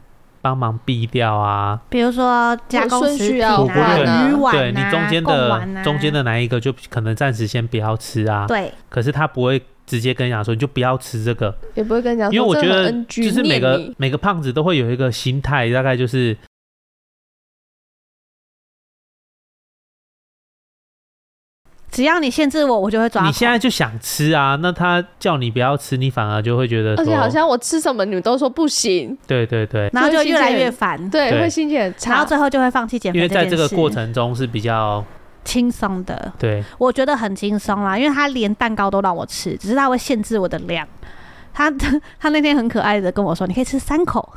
Speaker 4: 帮忙避掉啊，
Speaker 2: 比如说加工
Speaker 3: 顺
Speaker 2: 食
Speaker 3: 序
Speaker 2: 品啊、
Speaker 3: 要
Speaker 4: 火锅对
Speaker 2: 鱼丸啊、
Speaker 4: 对你中间
Speaker 2: 贡
Speaker 4: 的、
Speaker 2: 丸啊
Speaker 4: 中间的哪一个就可能暂时先不要吃啊，
Speaker 2: 对
Speaker 4: 可是他不会。直接跟你讲说，你就不要吃这个，
Speaker 3: 也不会跟你讲说，
Speaker 4: 因为我觉
Speaker 3: 这很
Speaker 4: 得
Speaker 3: NG,
Speaker 4: 就是每
Speaker 3: 念
Speaker 4: 个
Speaker 3: 你
Speaker 4: 每个胖子都会有一个心态，大概就是
Speaker 2: 只要你限制我，我就会抓
Speaker 4: 你
Speaker 2: 狂。
Speaker 4: 现在就想吃啊，那他叫你不要吃，你反而就会觉得说，
Speaker 3: 而且好像我吃什么你们都说不行，
Speaker 4: 对对对，
Speaker 2: 然后就越来越烦，
Speaker 3: 对，
Speaker 4: 对
Speaker 3: 会心情很
Speaker 2: 然
Speaker 3: 差
Speaker 2: 后。最后就会放弃减肥
Speaker 4: 因为在
Speaker 2: 件
Speaker 4: 这个
Speaker 2: 事
Speaker 4: 过程中是比较
Speaker 2: 轻松的，
Speaker 4: 对，
Speaker 2: 我觉得很轻松啦，因为他连蛋糕都让我吃，只是他会限制我的量。他 他那天很可爱的跟我说：“你可以吃三 口。”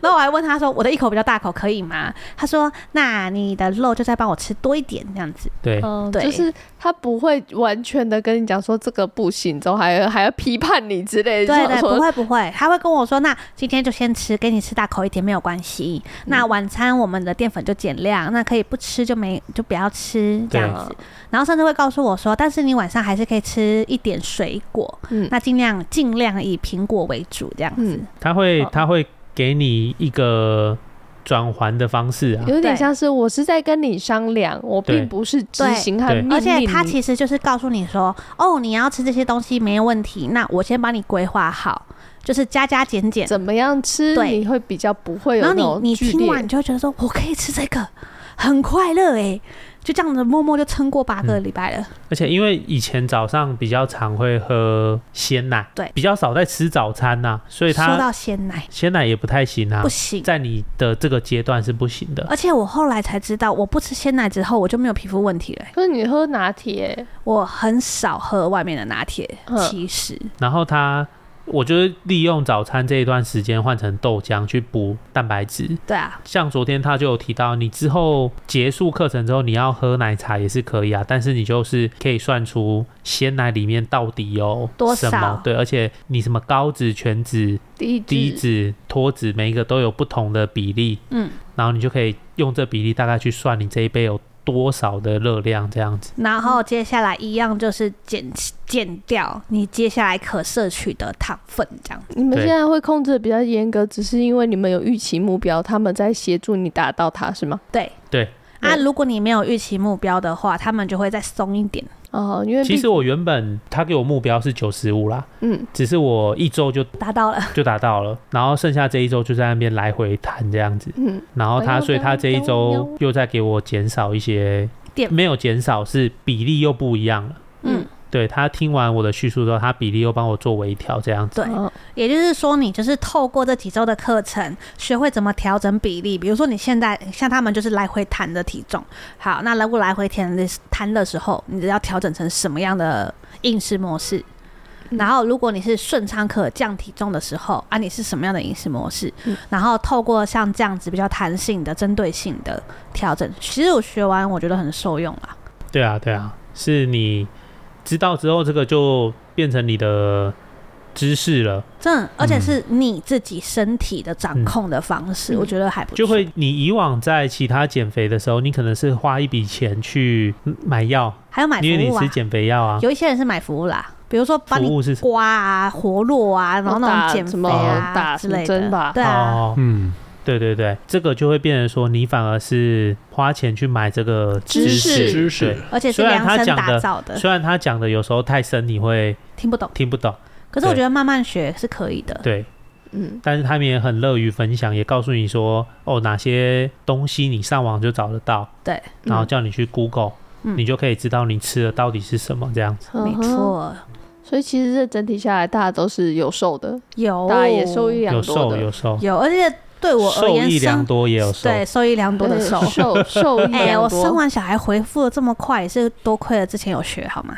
Speaker 2: 然后我还问他说：“我的一口比较大口，可以吗？”他说：“那你的肉就再帮我吃多一点，这样子。
Speaker 4: 对，
Speaker 3: 嗯，
Speaker 2: 对
Speaker 3: 就是他不会完全的跟你讲说这个不行，之后还还要批判你之”类
Speaker 2: 对对，
Speaker 3: 的，想
Speaker 2: 不
Speaker 3: 说
Speaker 2: 会不会，他会跟我说：“那今天就先吃，给你吃大口一点没有关
Speaker 3: 嗯
Speaker 2: 系。那晚餐我们的淀粉就减量，那可以不吃就没就不要吃这
Speaker 4: 对
Speaker 2: 样
Speaker 3: 嗯
Speaker 2: 然后甚至会告诉我说，但是你晚上还是可以吃一点水果，
Speaker 3: 嗯
Speaker 2: 那尽量尽量以苹果为主这样子。
Speaker 3: 嗯，
Speaker 4: 他会
Speaker 3: 哦
Speaker 4: 他会给你一个转环的方式啊，
Speaker 3: 有点
Speaker 2: 对
Speaker 3: 像是我是在跟你商量，我
Speaker 4: 对
Speaker 3: 并不是执行和
Speaker 4: 对
Speaker 3: 命令你。
Speaker 2: 而且他其实就是告诉你说，哦，你要吃这些东西没问题，那我先帮你规划好，就是加加减减。
Speaker 3: 怎么样吃，
Speaker 2: 对
Speaker 3: 你会比较不会有
Speaker 2: 然
Speaker 3: 那
Speaker 2: 后
Speaker 3: 种
Speaker 2: 你你
Speaker 3: 剧
Speaker 2: 听完
Speaker 3: 烈
Speaker 2: 你。就会觉得说，我可以吃这个，很快乐哎、就这样子默默就撑过八个
Speaker 4: 嗯
Speaker 2: 礼拜了。
Speaker 4: 而且因为以前早上比较常会喝鲜奶，
Speaker 2: 对
Speaker 4: 比较少在吃早餐呐、所以
Speaker 2: 说
Speaker 4: 他
Speaker 2: 到鲜奶
Speaker 4: 鲜奶也不太行啊
Speaker 2: 不，行，哎
Speaker 4: 在你的这个阶段是不行的，
Speaker 2: 而且我后来才知道，我不吃鲜奶之后我就没有皮肤问题了欸、
Speaker 3: 可是你喝拿铁，
Speaker 2: 我很少喝外面的拿铁，
Speaker 3: 嗯
Speaker 2: 其实
Speaker 4: 然后他我就是利用早餐这一段时间换成豆浆去补蛋白质。
Speaker 2: 对啊，
Speaker 4: 像昨天他就有提到，你之后结束课程之后，你要喝奶茶也是可以啊，但是你就是可以算出鲜奶里面到底有
Speaker 2: 多
Speaker 4: 什
Speaker 2: 少嗯
Speaker 4: 么，对，而且你什么高脂、全脂、
Speaker 3: 第一
Speaker 4: 低
Speaker 3: 滴
Speaker 4: 脂、脱脂，每一个都有不同的比例，
Speaker 2: 嗯，
Speaker 4: 然后你就可以用这比例大概去算你这一杯有多少的热量这样子。
Speaker 2: 然
Speaker 3: 嗯
Speaker 2: 后接下来一样就是减减掉你接下来可摄取的糖分，这样
Speaker 3: 你们
Speaker 4: 对
Speaker 3: 现在会控制的比较严格，只是因为你们有预期目标，他们在协助你达到它，是吗？
Speaker 2: 对
Speaker 4: 对。
Speaker 2: 啊，
Speaker 3: 对
Speaker 2: 如果你没有预期目标的话，他们就会再松一点。
Speaker 3: 哦，因为
Speaker 4: 其
Speaker 3: 毕
Speaker 4: 实我原本他给我目标是九十五啦，
Speaker 3: 嗯，
Speaker 4: 只是我一周就
Speaker 2: 达到了，
Speaker 4: 就达到了，然后剩下这一周就在那边来回弹这样子。
Speaker 3: 嗯，
Speaker 4: 然后
Speaker 2: 哦
Speaker 3: 哎
Speaker 4: 他
Speaker 3: 呦
Speaker 4: 所以他这一周又在给我减少一些
Speaker 2: 淀，
Speaker 4: 没有减少是比例又不一样了。
Speaker 2: 嗯，
Speaker 4: 对他听完我的叙述之后，他比例又帮我做微调这样子。
Speaker 2: 对，
Speaker 3: 哦
Speaker 2: 也就是说，你就是透过这几周的课程，学会怎么调整比例。比如说，你现在像他们就是来回弹的体重，好，那如果来回弹的弹的时候，你要调整成什么样的饮食模式？
Speaker 3: 嗯
Speaker 2: 然后，如果你是顺畅可降体重的时候，啊，你是什么样的饮食模式？
Speaker 3: 嗯
Speaker 2: 然后透过像这样子比较弹性的、针对性的调整，其实我学完我觉得很受用啊。
Speaker 4: 对啊，对啊，是你知道之后，这个就变成你的知识了，
Speaker 2: 真的，而且是你自己身体的掌
Speaker 4: 嗯
Speaker 2: 控的方式，
Speaker 3: 嗯
Speaker 2: 我觉得还不错。
Speaker 4: 就会你以往在其他减肥的时候，你可能是花一笔钱去嗯买药，
Speaker 2: 还有买服
Speaker 4: 因为你
Speaker 2: 务啊
Speaker 4: 吃，减肥药啊。
Speaker 2: 有一些人是买服务啦，比如说帮
Speaker 4: 服
Speaker 2: 你
Speaker 4: 务是什么？
Speaker 2: 刮啊、活络啊，然后那种减肥
Speaker 4: 哦
Speaker 2: 啊
Speaker 3: 打
Speaker 2: 之
Speaker 3: 什么
Speaker 2: 类
Speaker 3: 针
Speaker 2: 的
Speaker 3: 吧，
Speaker 2: 对啊，
Speaker 4: 哦，
Speaker 1: 嗯，
Speaker 4: 对对对，这个就会变成说，你反而是花钱去买这个
Speaker 3: 知识
Speaker 4: 识，
Speaker 1: 知
Speaker 4: 对
Speaker 1: 识，
Speaker 2: 而且是
Speaker 4: 虽然
Speaker 2: 量
Speaker 4: 他
Speaker 2: 身
Speaker 4: 讲
Speaker 2: 打
Speaker 4: 的
Speaker 2: 造的，
Speaker 4: 虽然他讲的有时候太深，你会
Speaker 2: 听不懂。
Speaker 4: 听不懂，
Speaker 2: 可是我
Speaker 4: 对
Speaker 2: 觉得慢慢学是可以的。
Speaker 4: 对，
Speaker 3: 嗯，
Speaker 4: 但是他们也很乐于分享，也告诉你说，哦，哪些东西你上网就找得到，
Speaker 2: 对，
Speaker 4: 然后叫你去 Google，、
Speaker 2: 嗯
Speaker 4: 你就可以知道你吃的到底是什么这样子。
Speaker 2: 没
Speaker 3: 嗯哼。
Speaker 2: 错，
Speaker 3: 所以其实这整体下来，大家都是有瘦的，
Speaker 2: 有
Speaker 3: 大家也受益良
Speaker 4: 有
Speaker 3: 多
Speaker 4: 瘦
Speaker 3: 的，
Speaker 4: 有瘦，
Speaker 2: 有，而且对我而
Speaker 4: 受
Speaker 2: 言，
Speaker 4: 益良
Speaker 2: 生
Speaker 4: 多也有瘦，
Speaker 2: 对受益良多的
Speaker 3: 对
Speaker 2: 瘦。
Speaker 3: 瘦 受益
Speaker 2: 哎、
Speaker 3: 良
Speaker 2: 我
Speaker 3: 多。
Speaker 2: 生完小孩回复的这么快，也是多亏了之前有学好吗？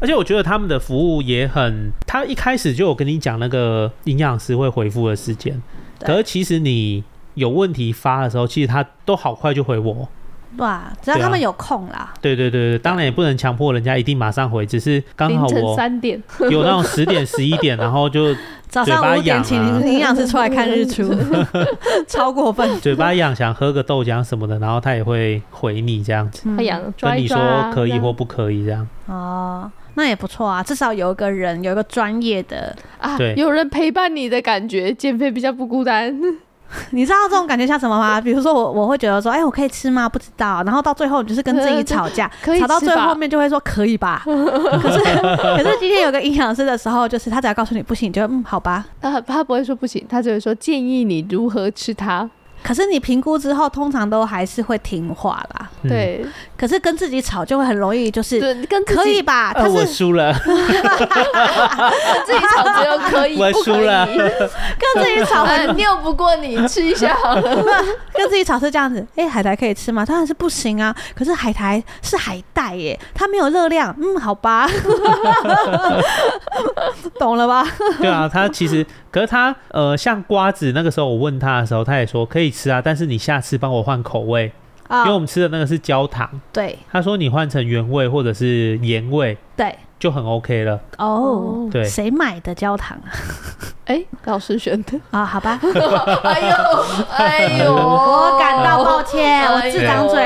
Speaker 4: 而且我觉得他们的服务也很，他一开始就有跟你讲那个营养师会回复的时间，
Speaker 2: 对
Speaker 4: 可是其实你有问题发的时候，其实他都好快就回我。
Speaker 2: 哇，只要
Speaker 4: 对啊
Speaker 2: 他们有空啦，
Speaker 4: 对对对对，当然也不能强迫人家一定马上回，只是刚好
Speaker 3: 凌晨
Speaker 4: 我
Speaker 3: 三点，
Speaker 4: 有那种十点十一点，然后就
Speaker 2: 早
Speaker 4: 嘴巴
Speaker 2: 上五点
Speaker 4: 痒
Speaker 2: 请
Speaker 4: 啊
Speaker 2: 营养师出来看日 出， 超过分。
Speaker 4: 嘴巴痒想喝个豆浆什么的，然后他也会回你这样子，
Speaker 2: 嗯
Speaker 3: 太阳抓
Speaker 4: 跟
Speaker 3: 一
Speaker 4: 你
Speaker 3: 抓
Speaker 4: 说
Speaker 3: 啊，
Speaker 4: 可
Speaker 3: 这
Speaker 4: 以
Speaker 3: 样
Speaker 4: 或不可以这样。
Speaker 2: 哦，那也不错啊，至少有一个人，有一个专业 的，
Speaker 3: 啊
Speaker 4: 对，
Speaker 3: 有人陪伴你的感觉，减肥比较不孤单。
Speaker 2: 你知道这种感觉像什么吗？ 比如说我，我会觉得说，哎、我可以吃吗？不知道。然后到最后，你就是跟自己吵 架，
Speaker 3: 可以
Speaker 2: 吵到
Speaker 3: 吃
Speaker 2: 最
Speaker 3: 吧
Speaker 2: 后面就会说可以 吧。可是，可是今天有个营养师的时候，就是他只要告诉你不行，你就嗯好吧。
Speaker 3: 啊，他不会说不行，他只会说建议你如何吃它。
Speaker 2: 可是你评估之后，通常都还是会听话啦。
Speaker 4: 嗯，
Speaker 3: 对，
Speaker 2: 可是跟自己吵就会很容易，就是
Speaker 3: 对，跟自己
Speaker 2: 可以吧？
Speaker 4: 呃，
Speaker 2: 他
Speaker 4: 我
Speaker 2: 是
Speaker 4: 输了，
Speaker 3: 跟自己吵只 有可以，
Speaker 4: 我
Speaker 3: 不可
Speaker 4: 输了
Speaker 3: 以。
Speaker 2: 跟自己吵很
Speaker 3: 啊，拗不过你，吃一下好 了。
Speaker 2: 跟自己吵是这样子，哎、海苔可以吃吗？当然是不行啊。可是海苔是海带耶，它没有热量。嗯，好 吧，懂了吧？
Speaker 4: 对啊，他其实，可是他呃，像瓜子那个时候我问他的时候，他也说可以吃啊，但是你下次帮我换口味，
Speaker 2: 啊、
Speaker 4: 因为我们吃的那个是焦糖，
Speaker 2: 对
Speaker 4: 他说你换成原味或者是盐味
Speaker 2: 对
Speaker 4: 就很 OK 了。
Speaker 2: 哦，
Speaker 4: 对，
Speaker 2: 谁买的焦糖啊？
Speaker 3: 哎，老师选的。
Speaker 2: 啊，好吧，
Speaker 3: 哎呦，哎 呦，
Speaker 2: 我感到抱歉，我自张嘴。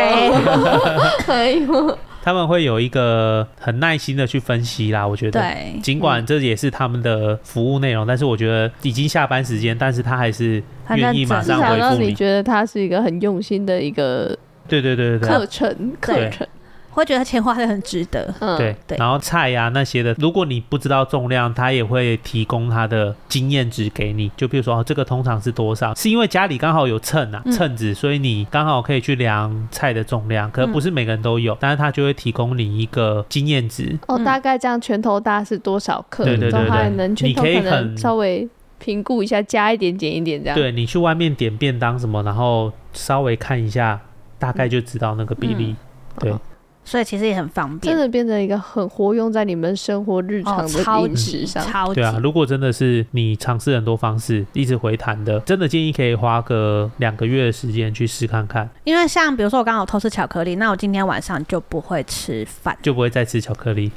Speaker 3: 哎呦，
Speaker 4: 他们会有一个很耐心的去分析啦，我觉得。
Speaker 2: 对，
Speaker 4: 尽管这也是他们的服务内容，但是我觉得已经下班时间，但是他还是
Speaker 2: 很认
Speaker 4: 愿意马
Speaker 2: 真
Speaker 3: 至
Speaker 4: 上
Speaker 3: 少
Speaker 4: 回
Speaker 3: 让
Speaker 4: 复
Speaker 3: 你
Speaker 4: 你。
Speaker 3: 觉得它是一个很用心的一个
Speaker 4: 对对对对
Speaker 3: 课
Speaker 4: 对
Speaker 3: 程，课
Speaker 4: 对
Speaker 3: 程。
Speaker 2: 会觉得钱花的很值得。
Speaker 3: 嗯，
Speaker 4: 对。
Speaker 2: 对
Speaker 4: 然后菜呀、那些的，如果你不知道重量，他也会提供他的经验值给你。就比如说、哦这个通常是多少，是因为家里刚好有秤啊
Speaker 2: 嗯
Speaker 4: 秤子，所以你刚好可以去量菜的重量，可
Speaker 2: 嗯
Speaker 4: 不是每个人都有，但是他就会提供你一个经验值。
Speaker 3: 哦，
Speaker 2: 嗯
Speaker 3: 大概这样拳头大是多少克？
Speaker 4: 对对对
Speaker 3: 然后还
Speaker 4: 对
Speaker 3: 能拳
Speaker 4: 你
Speaker 3: 头
Speaker 4: 可以
Speaker 3: 可能
Speaker 4: 很
Speaker 3: 稍微评估一下，加一点减一点
Speaker 2: 嗯
Speaker 3: 这样。
Speaker 4: 对你去外面点
Speaker 2: 嗯
Speaker 4: 便当什么，然后稍微看一下，大概就知道那个比例。对
Speaker 3: 哦
Speaker 2: 所以其实也很方
Speaker 3: 真
Speaker 2: 便。
Speaker 3: 的变成一个很活用在你们生活日常
Speaker 2: 哦，
Speaker 3: 的
Speaker 2: 超
Speaker 3: 饮食
Speaker 2: 级
Speaker 3: 上。
Speaker 2: 超级
Speaker 4: 对啊，如果真的是你尝试很多方式，一直回弹的，真的建议可以花个两个月的时间去试看看，
Speaker 2: 因为像比如说我刚好偷吃巧克力，那我今天晚上就不会吃
Speaker 4: ，
Speaker 2: 饭
Speaker 4: 就不会再吃巧克力。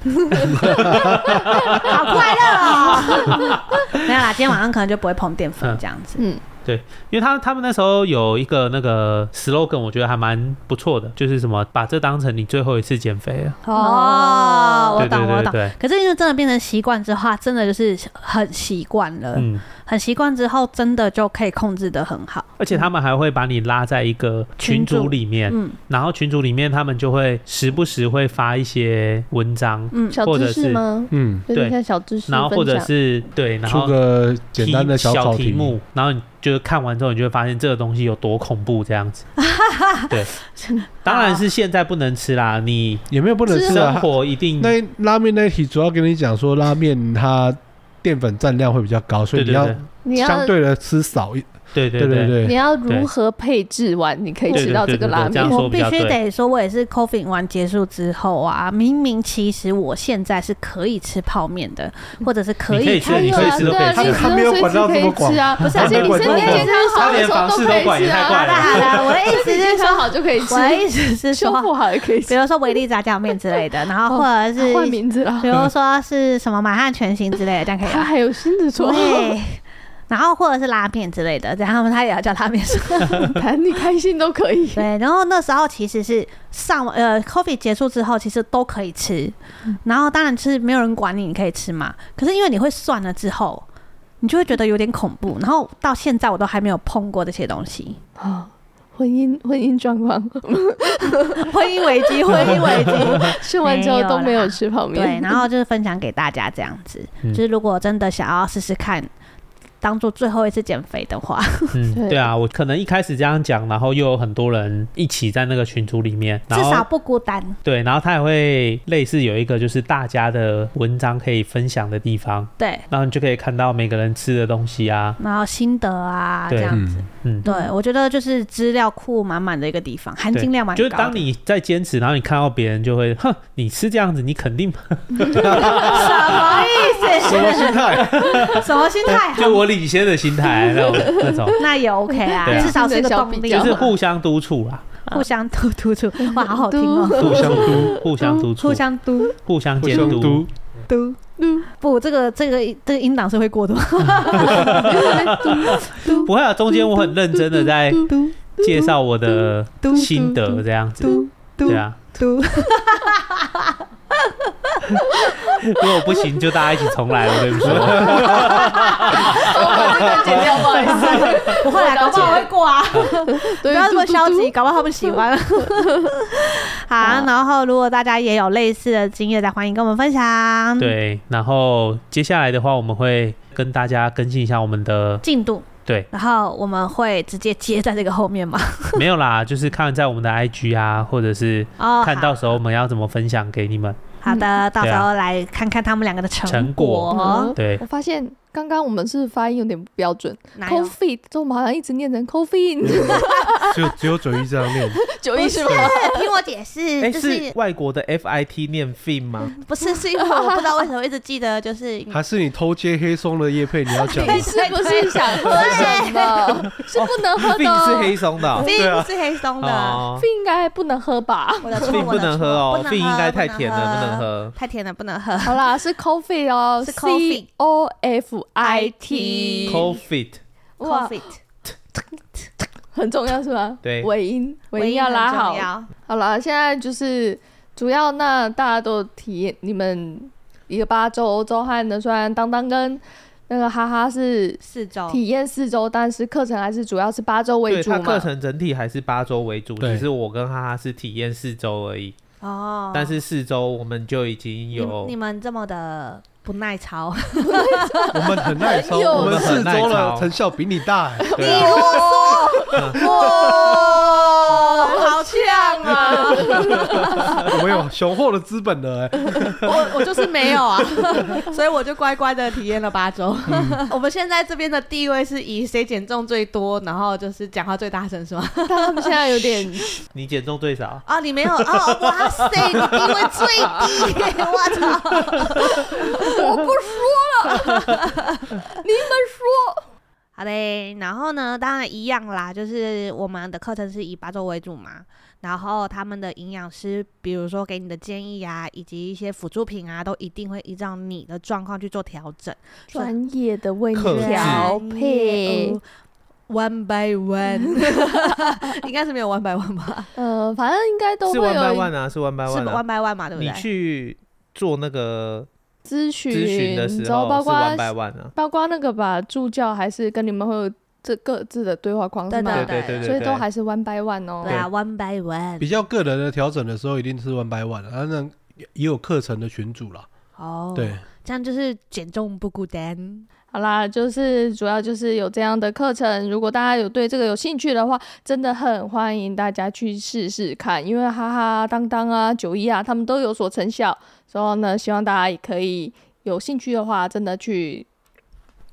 Speaker 2: 好快乐哦！ 没有啦，今天晚上可能就不会碰淀粉这样子。
Speaker 3: 嗯，
Speaker 4: 因为他他们那时候有一个那个 slogan，我觉得还蛮不错的，就是什么把这当成你最后一次减肥了。
Speaker 2: 哦，我
Speaker 4: 对对
Speaker 2: 懂我
Speaker 4: 对
Speaker 2: 懂。
Speaker 4: 对，
Speaker 2: 可是因为真的变成习惯之后，真的就是很习惯了，
Speaker 4: 嗯，
Speaker 2: 很习惯之后，真的就可以控制的很好。
Speaker 4: 而且他们还会把你拉在一个群
Speaker 2: 群
Speaker 4: 组
Speaker 2: 组
Speaker 4: 里面，
Speaker 2: 嗯
Speaker 4: 然后群组里面他们就会时不时会发一些文章，
Speaker 2: 嗯，
Speaker 3: 小
Speaker 4: 或者
Speaker 3: 知
Speaker 4: 是
Speaker 3: 识吗？
Speaker 1: 嗯，
Speaker 3: 有
Speaker 4: 对
Speaker 3: 点像小知识分
Speaker 4: 然后
Speaker 3: 享，
Speaker 4: 或者是对，然
Speaker 1: 出
Speaker 4: 后
Speaker 1: 个简单的
Speaker 4: 题
Speaker 1: 考
Speaker 4: 题目，然后你就是看完之后，你就会发现这个东西有多恐怖这 样子。对，当然是现在不能吃啦，你
Speaker 1: 也没有不能吃
Speaker 4: 生
Speaker 1: 啊。
Speaker 4: 活一定
Speaker 1: 那一拉面那一题主要跟你讲说，拉面它淀粉占量会比较高，所以你
Speaker 4: 对对
Speaker 1: 要
Speaker 4: 对
Speaker 3: 你要
Speaker 1: 相对的吃少一。
Speaker 4: 对对
Speaker 1: 对
Speaker 4: 对
Speaker 1: 对
Speaker 3: 你
Speaker 1: 对，
Speaker 3: 要
Speaker 4: 对
Speaker 3: 如何配置完，你可以吃到这个拉
Speaker 4: 对对对对对这样
Speaker 3: 面。
Speaker 4: 说
Speaker 2: 我
Speaker 4: 比
Speaker 2: 必
Speaker 4: 较
Speaker 2: 须
Speaker 4: 对
Speaker 2: 得说，我也是 COVID 完结束之后啊，明明其实我现在是可以吃泡面的，或者是可
Speaker 4: 你可以
Speaker 2: 以
Speaker 4: 吃你
Speaker 2: 吃
Speaker 4: 随时都
Speaker 3: 对
Speaker 4: 可以吃
Speaker 3: 啊你
Speaker 1: 他没有管到这么广
Speaker 3: 随时可以吃 啊，不
Speaker 1: 是
Speaker 3: 而且
Speaker 1: 他没
Speaker 3: 你
Speaker 1: 有
Speaker 3: 身体
Speaker 1: 管到
Speaker 3: 健康好的
Speaker 4: 他连
Speaker 3: 时候
Speaker 4: 房
Speaker 3: 都
Speaker 4: 事
Speaker 3: 可
Speaker 4: 都
Speaker 3: 以
Speaker 4: 管
Speaker 3: 吃
Speaker 4: 也太
Speaker 3: 啊，
Speaker 4: 怪
Speaker 2: 好啦好
Speaker 4: 了。
Speaker 2: 啦，我的意
Speaker 3: 身
Speaker 2: 思
Speaker 3: 体
Speaker 2: 是
Speaker 3: 健康
Speaker 2: 说，
Speaker 3: 好就可以吃
Speaker 2: 我，的意思是
Speaker 3: 修
Speaker 2: 说，
Speaker 3: 复好也可以
Speaker 2: 比
Speaker 3: 吃。
Speaker 2: 如说维力炸酱面之类的，然后或者是
Speaker 3: 换名字了
Speaker 2: 比，如说是什么满汉全席之类的，这样可以啊
Speaker 3: 他
Speaker 2: 吗？
Speaker 3: 还有新的绰号，
Speaker 2: 对。 然后或者是拉面之类的，然后他也要叫拉面是
Speaker 3: 谈你开心都可 以。
Speaker 2: 对，然后那时候其实是上呃，COVID 结束之后，其实都可以吃，
Speaker 4: 嗯
Speaker 2: 然后当然是没有人管你，你可以吃嘛。可是因为你会算了之后，你就会觉得有点恐怖。然后到现在我都还没有碰过这些东 西，
Speaker 3: 啊，婚姻婚姻状 况，
Speaker 2: 婚姻危机，婚姻 危机。
Speaker 3: 吃完之后都没有吃泡面。
Speaker 2: 对，然 后就是分享给大家这样子，
Speaker 4: 嗯
Speaker 2: 就是如果真的想要试试看，当做最后一次减肥的话，
Speaker 4: 嗯，
Speaker 3: 对
Speaker 4: 对啊，我可能一开始这样讲，然后又有很多人一起在那个群组里面，然
Speaker 2: 至少
Speaker 4: 后
Speaker 2: 不孤单。
Speaker 4: 对，然后他也会类似有一个就是大家的文章可以分享的地方，
Speaker 2: 对，
Speaker 4: 然后你就可以看到每个人吃的东西啊，
Speaker 2: 然后心得啊这
Speaker 4: 对
Speaker 2: 样子。
Speaker 1: 嗯，
Speaker 4: 嗯，
Speaker 2: 对，我觉得就是资料库满满的一个地方，含
Speaker 4: 对
Speaker 2: 金量蛮高
Speaker 4: 就
Speaker 2: 的。
Speaker 4: 是当你在坚持，然后你看到别人就会，哼，你吃这样子，你肯定 ？
Speaker 2: 什么意 思？
Speaker 1: 什么心态？
Speaker 2: 什么心态
Speaker 4: 就我领先的心态那种那 种，
Speaker 2: 那也 OK 啊
Speaker 4: 对，啊
Speaker 2: 至少是一个动力嘛，
Speaker 4: 就是互相督促 啦，
Speaker 2: 互相督督 促，哇，好好听哦，
Speaker 4: 互相督，互相督促
Speaker 2: 互，相督
Speaker 4: 互相
Speaker 1: 互
Speaker 4: 监
Speaker 1: 相
Speaker 4: 督。
Speaker 1: 督，
Speaker 2: 督。不，这个这个这个音档是会过的吗，
Speaker 4: 不会啊，中间我很认真的在介绍 我的心得，这样子，
Speaker 2: 嘟
Speaker 4: 对啊。
Speaker 2: 嘟，
Speaker 4: 如果不行，就大家一起重来。我跟你说，
Speaker 2: 哦
Speaker 3: 剪 掉，不好意思。
Speaker 2: 不会啦，搞不好会过啊，
Speaker 3: 不
Speaker 2: 不要这么消极，。搞不好他们喜 欢。好，然后如果大家也有类似的经验，再欢迎跟我们分享。，
Speaker 4: 对。然后接下来的话，我们会跟大家更新一下我们的，
Speaker 2: 进度。
Speaker 4: 对，
Speaker 2: 然后我们会直接接在这个后 面嘛？
Speaker 4: 没 有啦，就是看在我们的 IG 啊，或者是
Speaker 2: 哦，
Speaker 4: 看
Speaker 2: 好
Speaker 4: 到时候我们要怎么分享给你们。
Speaker 2: 好的，到
Speaker 4: 对
Speaker 2: 时
Speaker 4: 啊
Speaker 2: 候来看看他们两个的
Speaker 4: 成
Speaker 2: 成哦
Speaker 3: 哦
Speaker 4: 果
Speaker 2: 果。
Speaker 4: 对
Speaker 3: 我发现刚刚我们是发音有点不标准
Speaker 2: 哪有嗯
Speaker 3: ，coffee，就我们好像一直念成 coffee，
Speaker 1: 只有只有九一这样 念，
Speaker 3: 九一是吗？
Speaker 2: 听我解释，
Speaker 4: 哎，
Speaker 2: 就是是
Speaker 4: 外国的 FIT 念 fin 吗？
Speaker 2: 不是是因为 我不知道为什么一直记得，就是
Speaker 1: 还是你偷接黑松的叶配？你要 讲吗
Speaker 3: 你是不是想喝什么？是不能喝
Speaker 4: fin 是
Speaker 3: 的。
Speaker 4: 黑松的哦，
Speaker 2: 并不是黑松的。
Speaker 4: 哦
Speaker 3: f 应该不能 喝吧？
Speaker 2: 我的错，
Speaker 4: ，fin
Speaker 2: 我
Speaker 4: 不
Speaker 2: 的
Speaker 4: 能
Speaker 2: 错
Speaker 4: 喝哦
Speaker 2: 不能
Speaker 4: ，fin 应该太甜了，不能
Speaker 2: 喝，
Speaker 4: 喝。
Speaker 2: 太甜了不能喝。
Speaker 3: 好啦，是 coffee 哦
Speaker 2: 是
Speaker 3: c
Speaker 2: coffee
Speaker 3: O F I T，
Speaker 4: Covid，
Speaker 3: 哇
Speaker 2: Coffee
Speaker 3: 很重要是吗？
Speaker 4: 对
Speaker 3: 尾音尾音要拉
Speaker 2: 很重
Speaker 3: 好。
Speaker 2: 要
Speaker 3: 好了，现在就是主要那大家都有体验你们一个八周周汉呢，虽然当当跟那个哈哈是
Speaker 2: 四周。
Speaker 3: 体验四周，但是课程还是主要是八周为
Speaker 4: 对，
Speaker 3: 主
Speaker 4: 它课
Speaker 3: 嘛。
Speaker 4: 程整体还是八周为主，
Speaker 1: 对
Speaker 4: 只是我跟哈哈是体验四周而已。
Speaker 2: 哦，
Speaker 4: 但是四周我们就已经
Speaker 2: 你
Speaker 4: 有
Speaker 2: 你，们这么的不耐操，
Speaker 1: 我们很耐操，
Speaker 3: 很有
Speaker 1: 我们四周
Speaker 4: 我们很耐操
Speaker 1: 了，成
Speaker 4: 啊
Speaker 1: 效比你大。哎
Speaker 4: 对啊，
Speaker 2: 哇，好气
Speaker 3: 样啊！
Speaker 1: 我们有雄厚的资本的、 欸，
Speaker 2: 我我就是没有啊，所以我就乖乖的体验了八周。 我们现在这边的地位是以谁减重最多，然后就是讲话最大声，是吗？
Speaker 3: 他们现在 有点
Speaker 4: 你减重最少，
Speaker 2: 啊，你没有啊？哇塞，你地位最低耶、我操！
Speaker 3: 我不说了， 你们说。
Speaker 5: 好嘞，然后呢，当然一样啦，就是我们的课程是以八周为主嘛，然后他们的营养师，比如说给你的建议啊，以及一些辅助品啊，都一定会依照你的状况去做调整。
Speaker 3: 专业的为你
Speaker 4: 克制
Speaker 3: 调配，
Speaker 2: One by one，应 该是没有 one by one 啊吧？
Speaker 3: 呃，反正应该都
Speaker 6: 是
Speaker 3: 会
Speaker 6: one by
Speaker 3: 有
Speaker 6: one 啊，是 one by
Speaker 2: 是
Speaker 6: one 啊
Speaker 2: one。by one 嘛，对不
Speaker 6: 你
Speaker 2: 对？
Speaker 6: 去做那个
Speaker 3: 咨询，
Speaker 6: 咨询的时
Speaker 3: 然后
Speaker 6: 候
Speaker 3: 包
Speaker 6: 是 one
Speaker 3: 括
Speaker 6: by one 啊，
Speaker 3: 包括那个吧，助教还是跟你们会有这各自的对话框是
Speaker 5: 对
Speaker 3: 吗？
Speaker 5: 对
Speaker 6: 对对对
Speaker 3: 所以都还是 one by one 哦
Speaker 5: 对。啊，one by one。
Speaker 1: 比较个人的调整的时候，一定是 one by one 的，当然也也有课程的群组啦。
Speaker 5: 哦，
Speaker 1: 对，，
Speaker 5: 这样就是减重不孤单。
Speaker 3: 好啦，就是主要就是有这样的课程，如果大家有对这个有兴趣的话，真的很欢迎大家去试试看，因为哈哈、当当啊、九一啊，他们都有所成效。所以呢，希望大家也可以有兴趣的话，真的去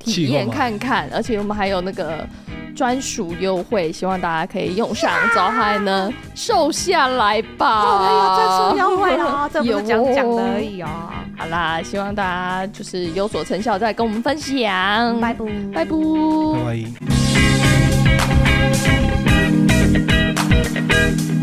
Speaker 3: 体验看看，而且我们还有那个专属优惠，希望大家可以用上，早海呢瘦下来吧。
Speaker 5: 哎
Speaker 2: 哦，有专属优惠啦，这不
Speaker 3: 有
Speaker 2: 是讲讲
Speaker 3: 哦
Speaker 2: 的而已哦。
Speaker 3: 好啦，希望大家就是有所成效，再跟我们分享。
Speaker 5: 拜拜。
Speaker 3: 拜拜。
Speaker 1: 拜拜。